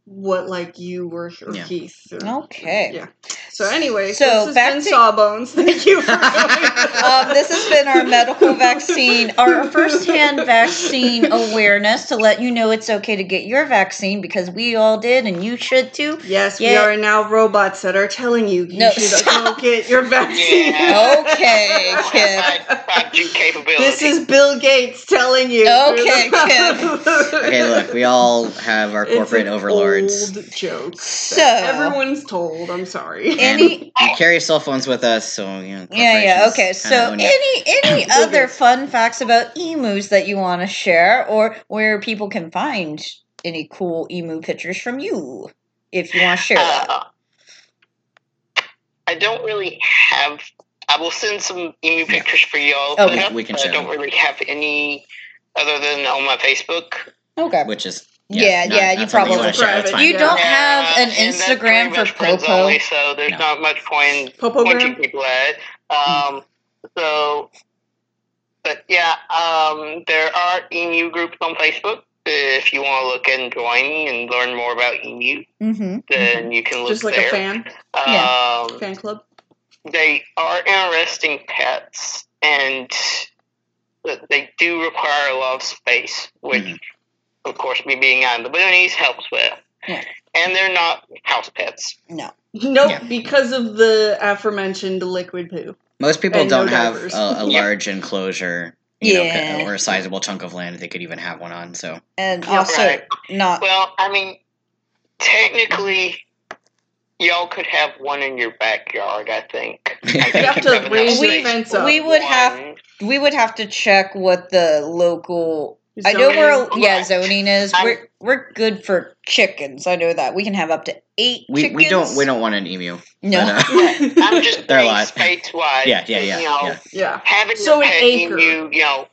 Speaker 1: what like you were or
Speaker 3: Yeah.
Speaker 1: Keith. or-
Speaker 2: Okay.
Speaker 1: Yeah. So anyway,
Speaker 2: So
Speaker 1: so this has
Speaker 2: back
Speaker 1: been
Speaker 2: to-
Speaker 1: Sawbones. Thank
Speaker 3: *laughs*
Speaker 1: you for going.
Speaker 2: um, this has been our
Speaker 1: *laughs*
Speaker 2: medical vaccine, our firsthand vaccine awareness to let you know it's okay to get your vaccine because we all did and you should too.
Speaker 1: Yes,
Speaker 2: Yeah.
Speaker 1: we are now robots that are telling you you
Speaker 2: No, *laughs*
Speaker 1: should
Speaker 2: stop.
Speaker 1: go get your vaccine.
Speaker 4: Yeah.
Speaker 2: Okay, kid.
Speaker 4: Five G capability.
Speaker 1: This is Bill Gates telling you. through *laughs*
Speaker 2: Okay,
Speaker 1: the-
Speaker 3: Okay, look, we all
Speaker 2: *laughs*
Speaker 3: have our
Speaker 1: It's
Speaker 3: corporate
Speaker 1: an
Speaker 3: overlords.
Speaker 1: Old joke. that
Speaker 2: So-
Speaker 1: everyone's told. I'm sorry.
Speaker 3: And
Speaker 2: Any-
Speaker 3: we carry cell phones with us, so you know.
Speaker 2: Yeah, yeah,
Speaker 3: corporations
Speaker 2: okay.
Speaker 3: kinda
Speaker 2: So
Speaker 3: own it.
Speaker 2: any any
Speaker 3: *coughs*
Speaker 1: Bill
Speaker 2: other
Speaker 1: Gates.
Speaker 2: fun facts about emus that you want to share or where people can find any cool emu pictures from you if you want to share that.
Speaker 4: Uh, I don't really have. I will send some emu pictures for y'all.
Speaker 2: Okay.
Speaker 4: but
Speaker 3: We can
Speaker 4: I
Speaker 3: share
Speaker 4: don't
Speaker 3: them.
Speaker 4: really have any other than on my Facebook.
Speaker 2: Okay.
Speaker 3: which is
Speaker 2: Yeah,
Speaker 3: not-
Speaker 2: yeah,
Speaker 3: not
Speaker 2: you
Speaker 3: something
Speaker 2: probably-
Speaker 3: wanna share, it's fine.
Speaker 2: You
Speaker 1: Yeah.
Speaker 2: don't have an
Speaker 4: and that's
Speaker 2: Instagram
Speaker 4: pretty
Speaker 2: for
Speaker 4: much friends
Speaker 2: Popo?
Speaker 4: Only, so there's
Speaker 3: No.
Speaker 4: not much point pointing
Speaker 1: Popogram.
Speaker 4: people at. Um, so, but yeah, um, there are emu groups on Facebook. If you want to look and join and learn more about emu,
Speaker 2: Mm-hmm.
Speaker 4: then you can look
Speaker 1: Just like
Speaker 4: there.
Speaker 1: a fan
Speaker 4: Um,
Speaker 1: fan club.
Speaker 4: they are interesting pets and th- they do require a lot of space, which,
Speaker 3: Mhm.
Speaker 4: of course, me being on the boonies helps with.
Speaker 2: Yeah.
Speaker 4: And they're not house pets.
Speaker 2: No.
Speaker 1: Nope,
Speaker 3: Yeah.
Speaker 1: because of the aforementioned liquid poo.
Speaker 3: Most people
Speaker 1: And no
Speaker 3: don't have
Speaker 1: diapers.
Speaker 3: a, a
Speaker 2: *laughs*
Speaker 4: Yeah.
Speaker 3: large enclosure, you know,
Speaker 2: Yeah.
Speaker 3: c- or a sizable chunk of land they could even have one
Speaker 2: *laughs*
Speaker 3: on. So
Speaker 2: And
Speaker 1: Yeah,
Speaker 2: also
Speaker 4: right.
Speaker 2: not
Speaker 4: Well, I mean, technically, y'all could have one in your backyard, I think. I think
Speaker 1: You have
Speaker 4: you
Speaker 1: to
Speaker 4: enough
Speaker 1: raise
Speaker 2: your
Speaker 4: space
Speaker 1: fence
Speaker 4: for
Speaker 1: up.
Speaker 2: We would
Speaker 4: one.
Speaker 2: have- we would have to check what the local I know
Speaker 1: Zoning.
Speaker 2: where yeah
Speaker 4: Right.
Speaker 2: zoning is.
Speaker 4: I-
Speaker 2: We're we're good for chickens. I know that we can have up to eight.
Speaker 3: *laughs* we,
Speaker 2: chickens.
Speaker 3: we don't we don't want an emu.
Speaker 2: *laughs* No,
Speaker 3: But, uh,
Speaker 2: *laughs*
Speaker 4: I'm
Speaker 3: *laughs*
Speaker 4: just
Speaker 3: They're a
Speaker 4: saying
Speaker 3: lot.
Speaker 4: space wise.
Speaker 3: yeah, yeah, yeah,
Speaker 4: You know,
Speaker 3: yeah.
Speaker 1: yeah.
Speaker 4: having
Speaker 1: So
Speaker 4: a
Speaker 1: an
Speaker 4: pet
Speaker 1: acre.
Speaker 4: you you know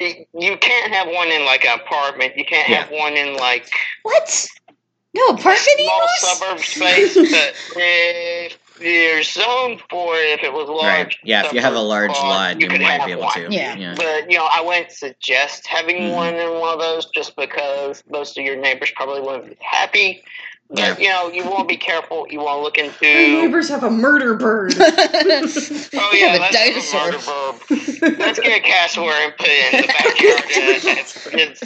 Speaker 4: y- you can't have one in like an apartment you can't have one in like
Speaker 2: what? No
Speaker 4: a
Speaker 2: apartment
Speaker 4: small
Speaker 2: emus. *laughs*
Speaker 4: suburb space but if there's zone for it if it was large
Speaker 3: Right. Yeah, if you have a
Speaker 4: suburb
Speaker 3: large
Speaker 4: lawn,
Speaker 3: lot, you,
Speaker 4: could
Speaker 3: might
Speaker 4: have
Speaker 3: be able
Speaker 4: one.
Speaker 3: to.
Speaker 2: Yeah.
Speaker 4: *laughs* but you know i wouldn't suggest having
Speaker 3: Mhm.
Speaker 4: one in one of those just because most of your neighbors probably wouldn't be happy but
Speaker 3: Yeah.
Speaker 4: you know you want to be careful you want to look into
Speaker 1: My neighbors have a
Speaker 2: *laughs*
Speaker 1: murder bird.
Speaker 4: oh
Speaker 2: We
Speaker 4: yeah
Speaker 2: *laughs* have a
Speaker 4: let's have
Speaker 2: dinosaur.
Speaker 4: murder verb.
Speaker 1: *laughs*
Speaker 4: Let's get a cassowary and put it in the backyard. and- and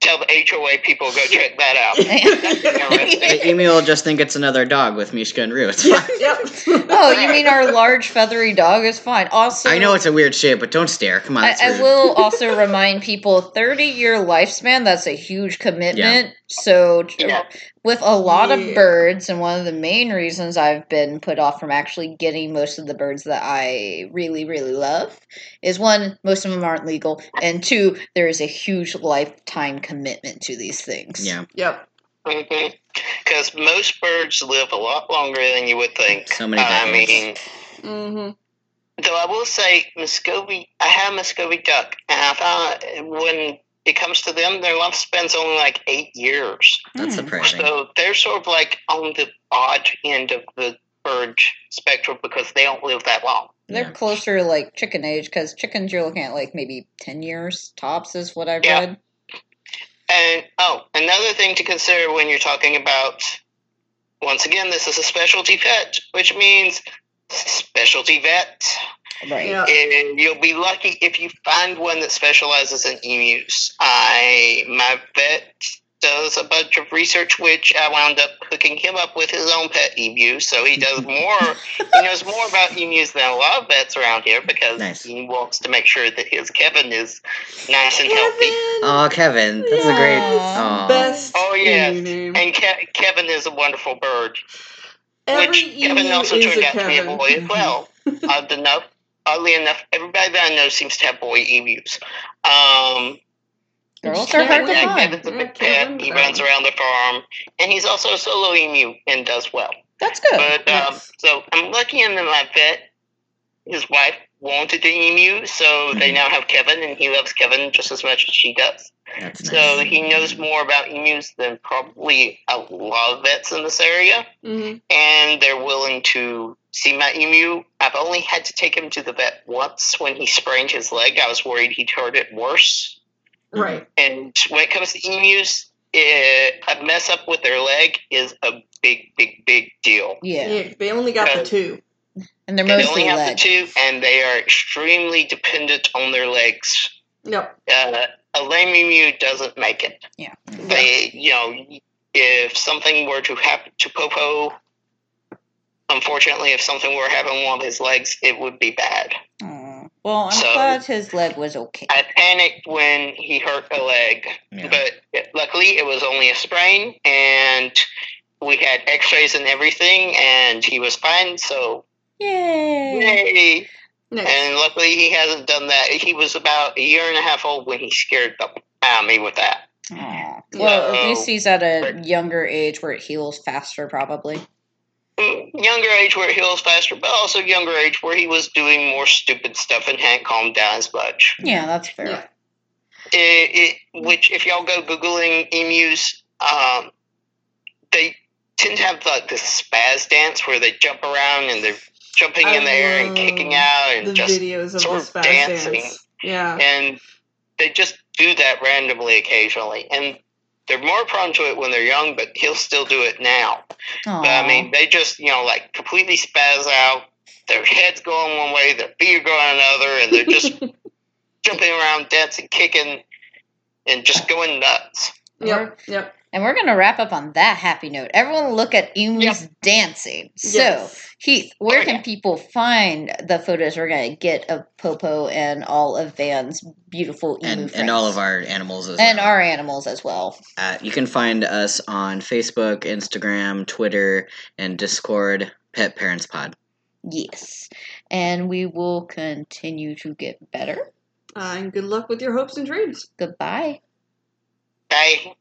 Speaker 4: tell the HOA people go check that out. *laughs*
Speaker 3: The emu will just think it's another dog with Mishka and Rue. It's
Speaker 4: *laughs*
Speaker 3: fine.
Speaker 1: yep.
Speaker 2: *laughs* oh, you mean our large feathery dog is fine. Also,
Speaker 3: *laughs* I know it's a weird shape, but don't stare. Come on,
Speaker 2: I,
Speaker 3: it's
Speaker 2: I
Speaker 3: rude.
Speaker 2: will also remind people 30 year lifespan, that's a huge commitment. So, t-
Speaker 4: Yeah.
Speaker 2: with a lot of
Speaker 1: Yeah.
Speaker 2: birds, and one of the main reasons I've been put off from actually getting most of the birds that I really, really love is one, most of them aren't legal, and two, there is a huge lifetime commitment to these things.
Speaker 3: Yeah,
Speaker 1: *laughs* Yep.
Speaker 4: Because most birds live a lot longer than you would think.
Speaker 3: So many
Speaker 4: I
Speaker 3: decades.
Speaker 4: mean,
Speaker 1: hmm
Speaker 4: though I will say Muscovy, I have Muscovy duck, and I found when it comes to them, their lifespan's only like eight years.
Speaker 3: that's
Speaker 2: Hmm.
Speaker 3: surprising.
Speaker 4: So they're sort of like on the odd end of the bird spectrum because they don't live that long.
Speaker 2: They're
Speaker 3: Yeah.
Speaker 2: closer to like chicken age because chickens you're looking at like maybe 10 years tops, is what I've
Speaker 4: Yeah.
Speaker 2: read.
Speaker 4: And oh, another thing to consider when you're talking about once again, this is a specialty pet, which means specialty vet.
Speaker 2: Right.
Speaker 1: Yeah.
Speaker 4: And you'll be lucky if you find one that specializes in emus. I my vet does a bunch of research, which I wound up hooking him up with his own pet emu. So he does more. he knows more about emus than a lot of vets around here because
Speaker 3: Nice.
Speaker 4: he wants to make sure that his Kevin is nice and healthy.
Speaker 3: Oh, Kevin, that's a great.
Speaker 2: Yes.
Speaker 3: Aw.
Speaker 1: Best
Speaker 4: Oh, yes.
Speaker 1: emu name.
Speaker 4: And Ke- Kevin is a wonderful bird,
Speaker 1: Every
Speaker 4: which Kevin
Speaker 1: emu
Speaker 4: also
Speaker 1: is
Speaker 4: turned
Speaker 1: a
Speaker 4: out to be a
Speaker 1: Kevin. Mm-hmm.
Speaker 4: boy as well. Odd enough, oddly enough, everybody that I know seems to have boy E emus. Um,
Speaker 2: Girls are
Speaker 1: They're
Speaker 2: hard to
Speaker 1: weird.
Speaker 4: yeah,
Speaker 2: find.
Speaker 4: Kevin's a
Speaker 1: Yeah,
Speaker 4: big
Speaker 1: Kevin,
Speaker 4: pet. He
Speaker 1: um,
Speaker 4: runs around the farm, and he's also a solo emu and does well.
Speaker 2: That's good.
Speaker 1: Oh,
Speaker 4: But um,
Speaker 1: nice.
Speaker 4: so I'm lucky in that my vet, his wife wanted the emu, so they now have Kevin, and he loves Kevin just as much as she does.
Speaker 3: That's nice.
Speaker 4: So he knows more about emus than probably a lot of vets in this area,
Speaker 1: Mhm.
Speaker 4: Mm-hmm. and they're willing to see my emu. I've only had to take him to the vet once when he sprained his leg. I was worried he'd hurt it worse.
Speaker 1: Right.
Speaker 4: And when it comes to emus, it, a mess up with their leg is a big, big, big deal.
Speaker 2: Yeah.
Speaker 1: Yeah, they only got the two.
Speaker 2: And they're
Speaker 4: They only
Speaker 2: mostly
Speaker 4: have
Speaker 2: leg.
Speaker 4: the two, and they are extremely dependent on their legs.
Speaker 1: Yep.
Speaker 4: Uh, a lame Mew doesn't make it. They, you know, if something were to happen to Popo, unfortunately, if something were to happen to one of his legs, it would be bad.
Speaker 2: Aw. Well, I'm
Speaker 4: So-
Speaker 2: glad his leg was okay.
Speaker 4: I panicked when he hurt a leg,
Speaker 3: Yeah.
Speaker 4: but luckily it was only a sprain, and we had x rays and everything, and he was fine, so
Speaker 2: Yay.
Speaker 4: yay!
Speaker 1: Nice.
Speaker 4: And luckily he hasn't done that. He was about a year and a half old when he scared the out of me with that.
Speaker 2: Aw. Well, at
Speaker 4: No.
Speaker 2: least he's at a younger age where it heals faster, probably.
Speaker 4: Mm-hmm. younger age where he was faster, but also younger age where he was doing more stupid stuff and hadn't calmed down as much.
Speaker 2: Yeah, that's fair.
Speaker 1: Yeah.
Speaker 4: It, it, which, if y'all go googling emus, um, they tend to have like this spaz dance where they jump around and they're jumping
Speaker 1: I
Speaker 4: in the air and
Speaker 1: love
Speaker 4: kicking out and
Speaker 1: The
Speaker 4: just
Speaker 1: videos of
Speaker 4: sort
Speaker 1: the
Speaker 4: of
Speaker 1: spaz
Speaker 4: dancing.
Speaker 1: dance. Yeah.
Speaker 4: and they just do that randomly occasionally and. They're more prone to it when they're young, but he'll still do it now. But I
Speaker 2: Aw.
Speaker 4: mean, they just you know like completely spaz out. Their heads going one way, their feet are going another, and they're just jumping around, dancing, kicking, and just going nuts.
Speaker 1: Yep. Yep.
Speaker 2: And we're going to wrap up on that happy note. Everyone look at Emu's dancing. So,
Speaker 1: Yes.
Speaker 2: Heath, where
Speaker 4: Oh,
Speaker 2: can
Speaker 4: yeah.
Speaker 2: people find the photos we're going to get of Popo and all of Van's beautiful emu
Speaker 3: and
Speaker 2: friends?
Speaker 3: and all of our animals as
Speaker 2: and
Speaker 3: well.
Speaker 2: our animals as well.
Speaker 3: Uh, you can find us on Facebook, Instagram, Twitter, and Discord. Pet Parents Pod.
Speaker 2: Yes. And we will continue to get better.
Speaker 1: Uh, and good luck with your hopes and dreams.
Speaker 2: Goodbye.
Speaker 4: They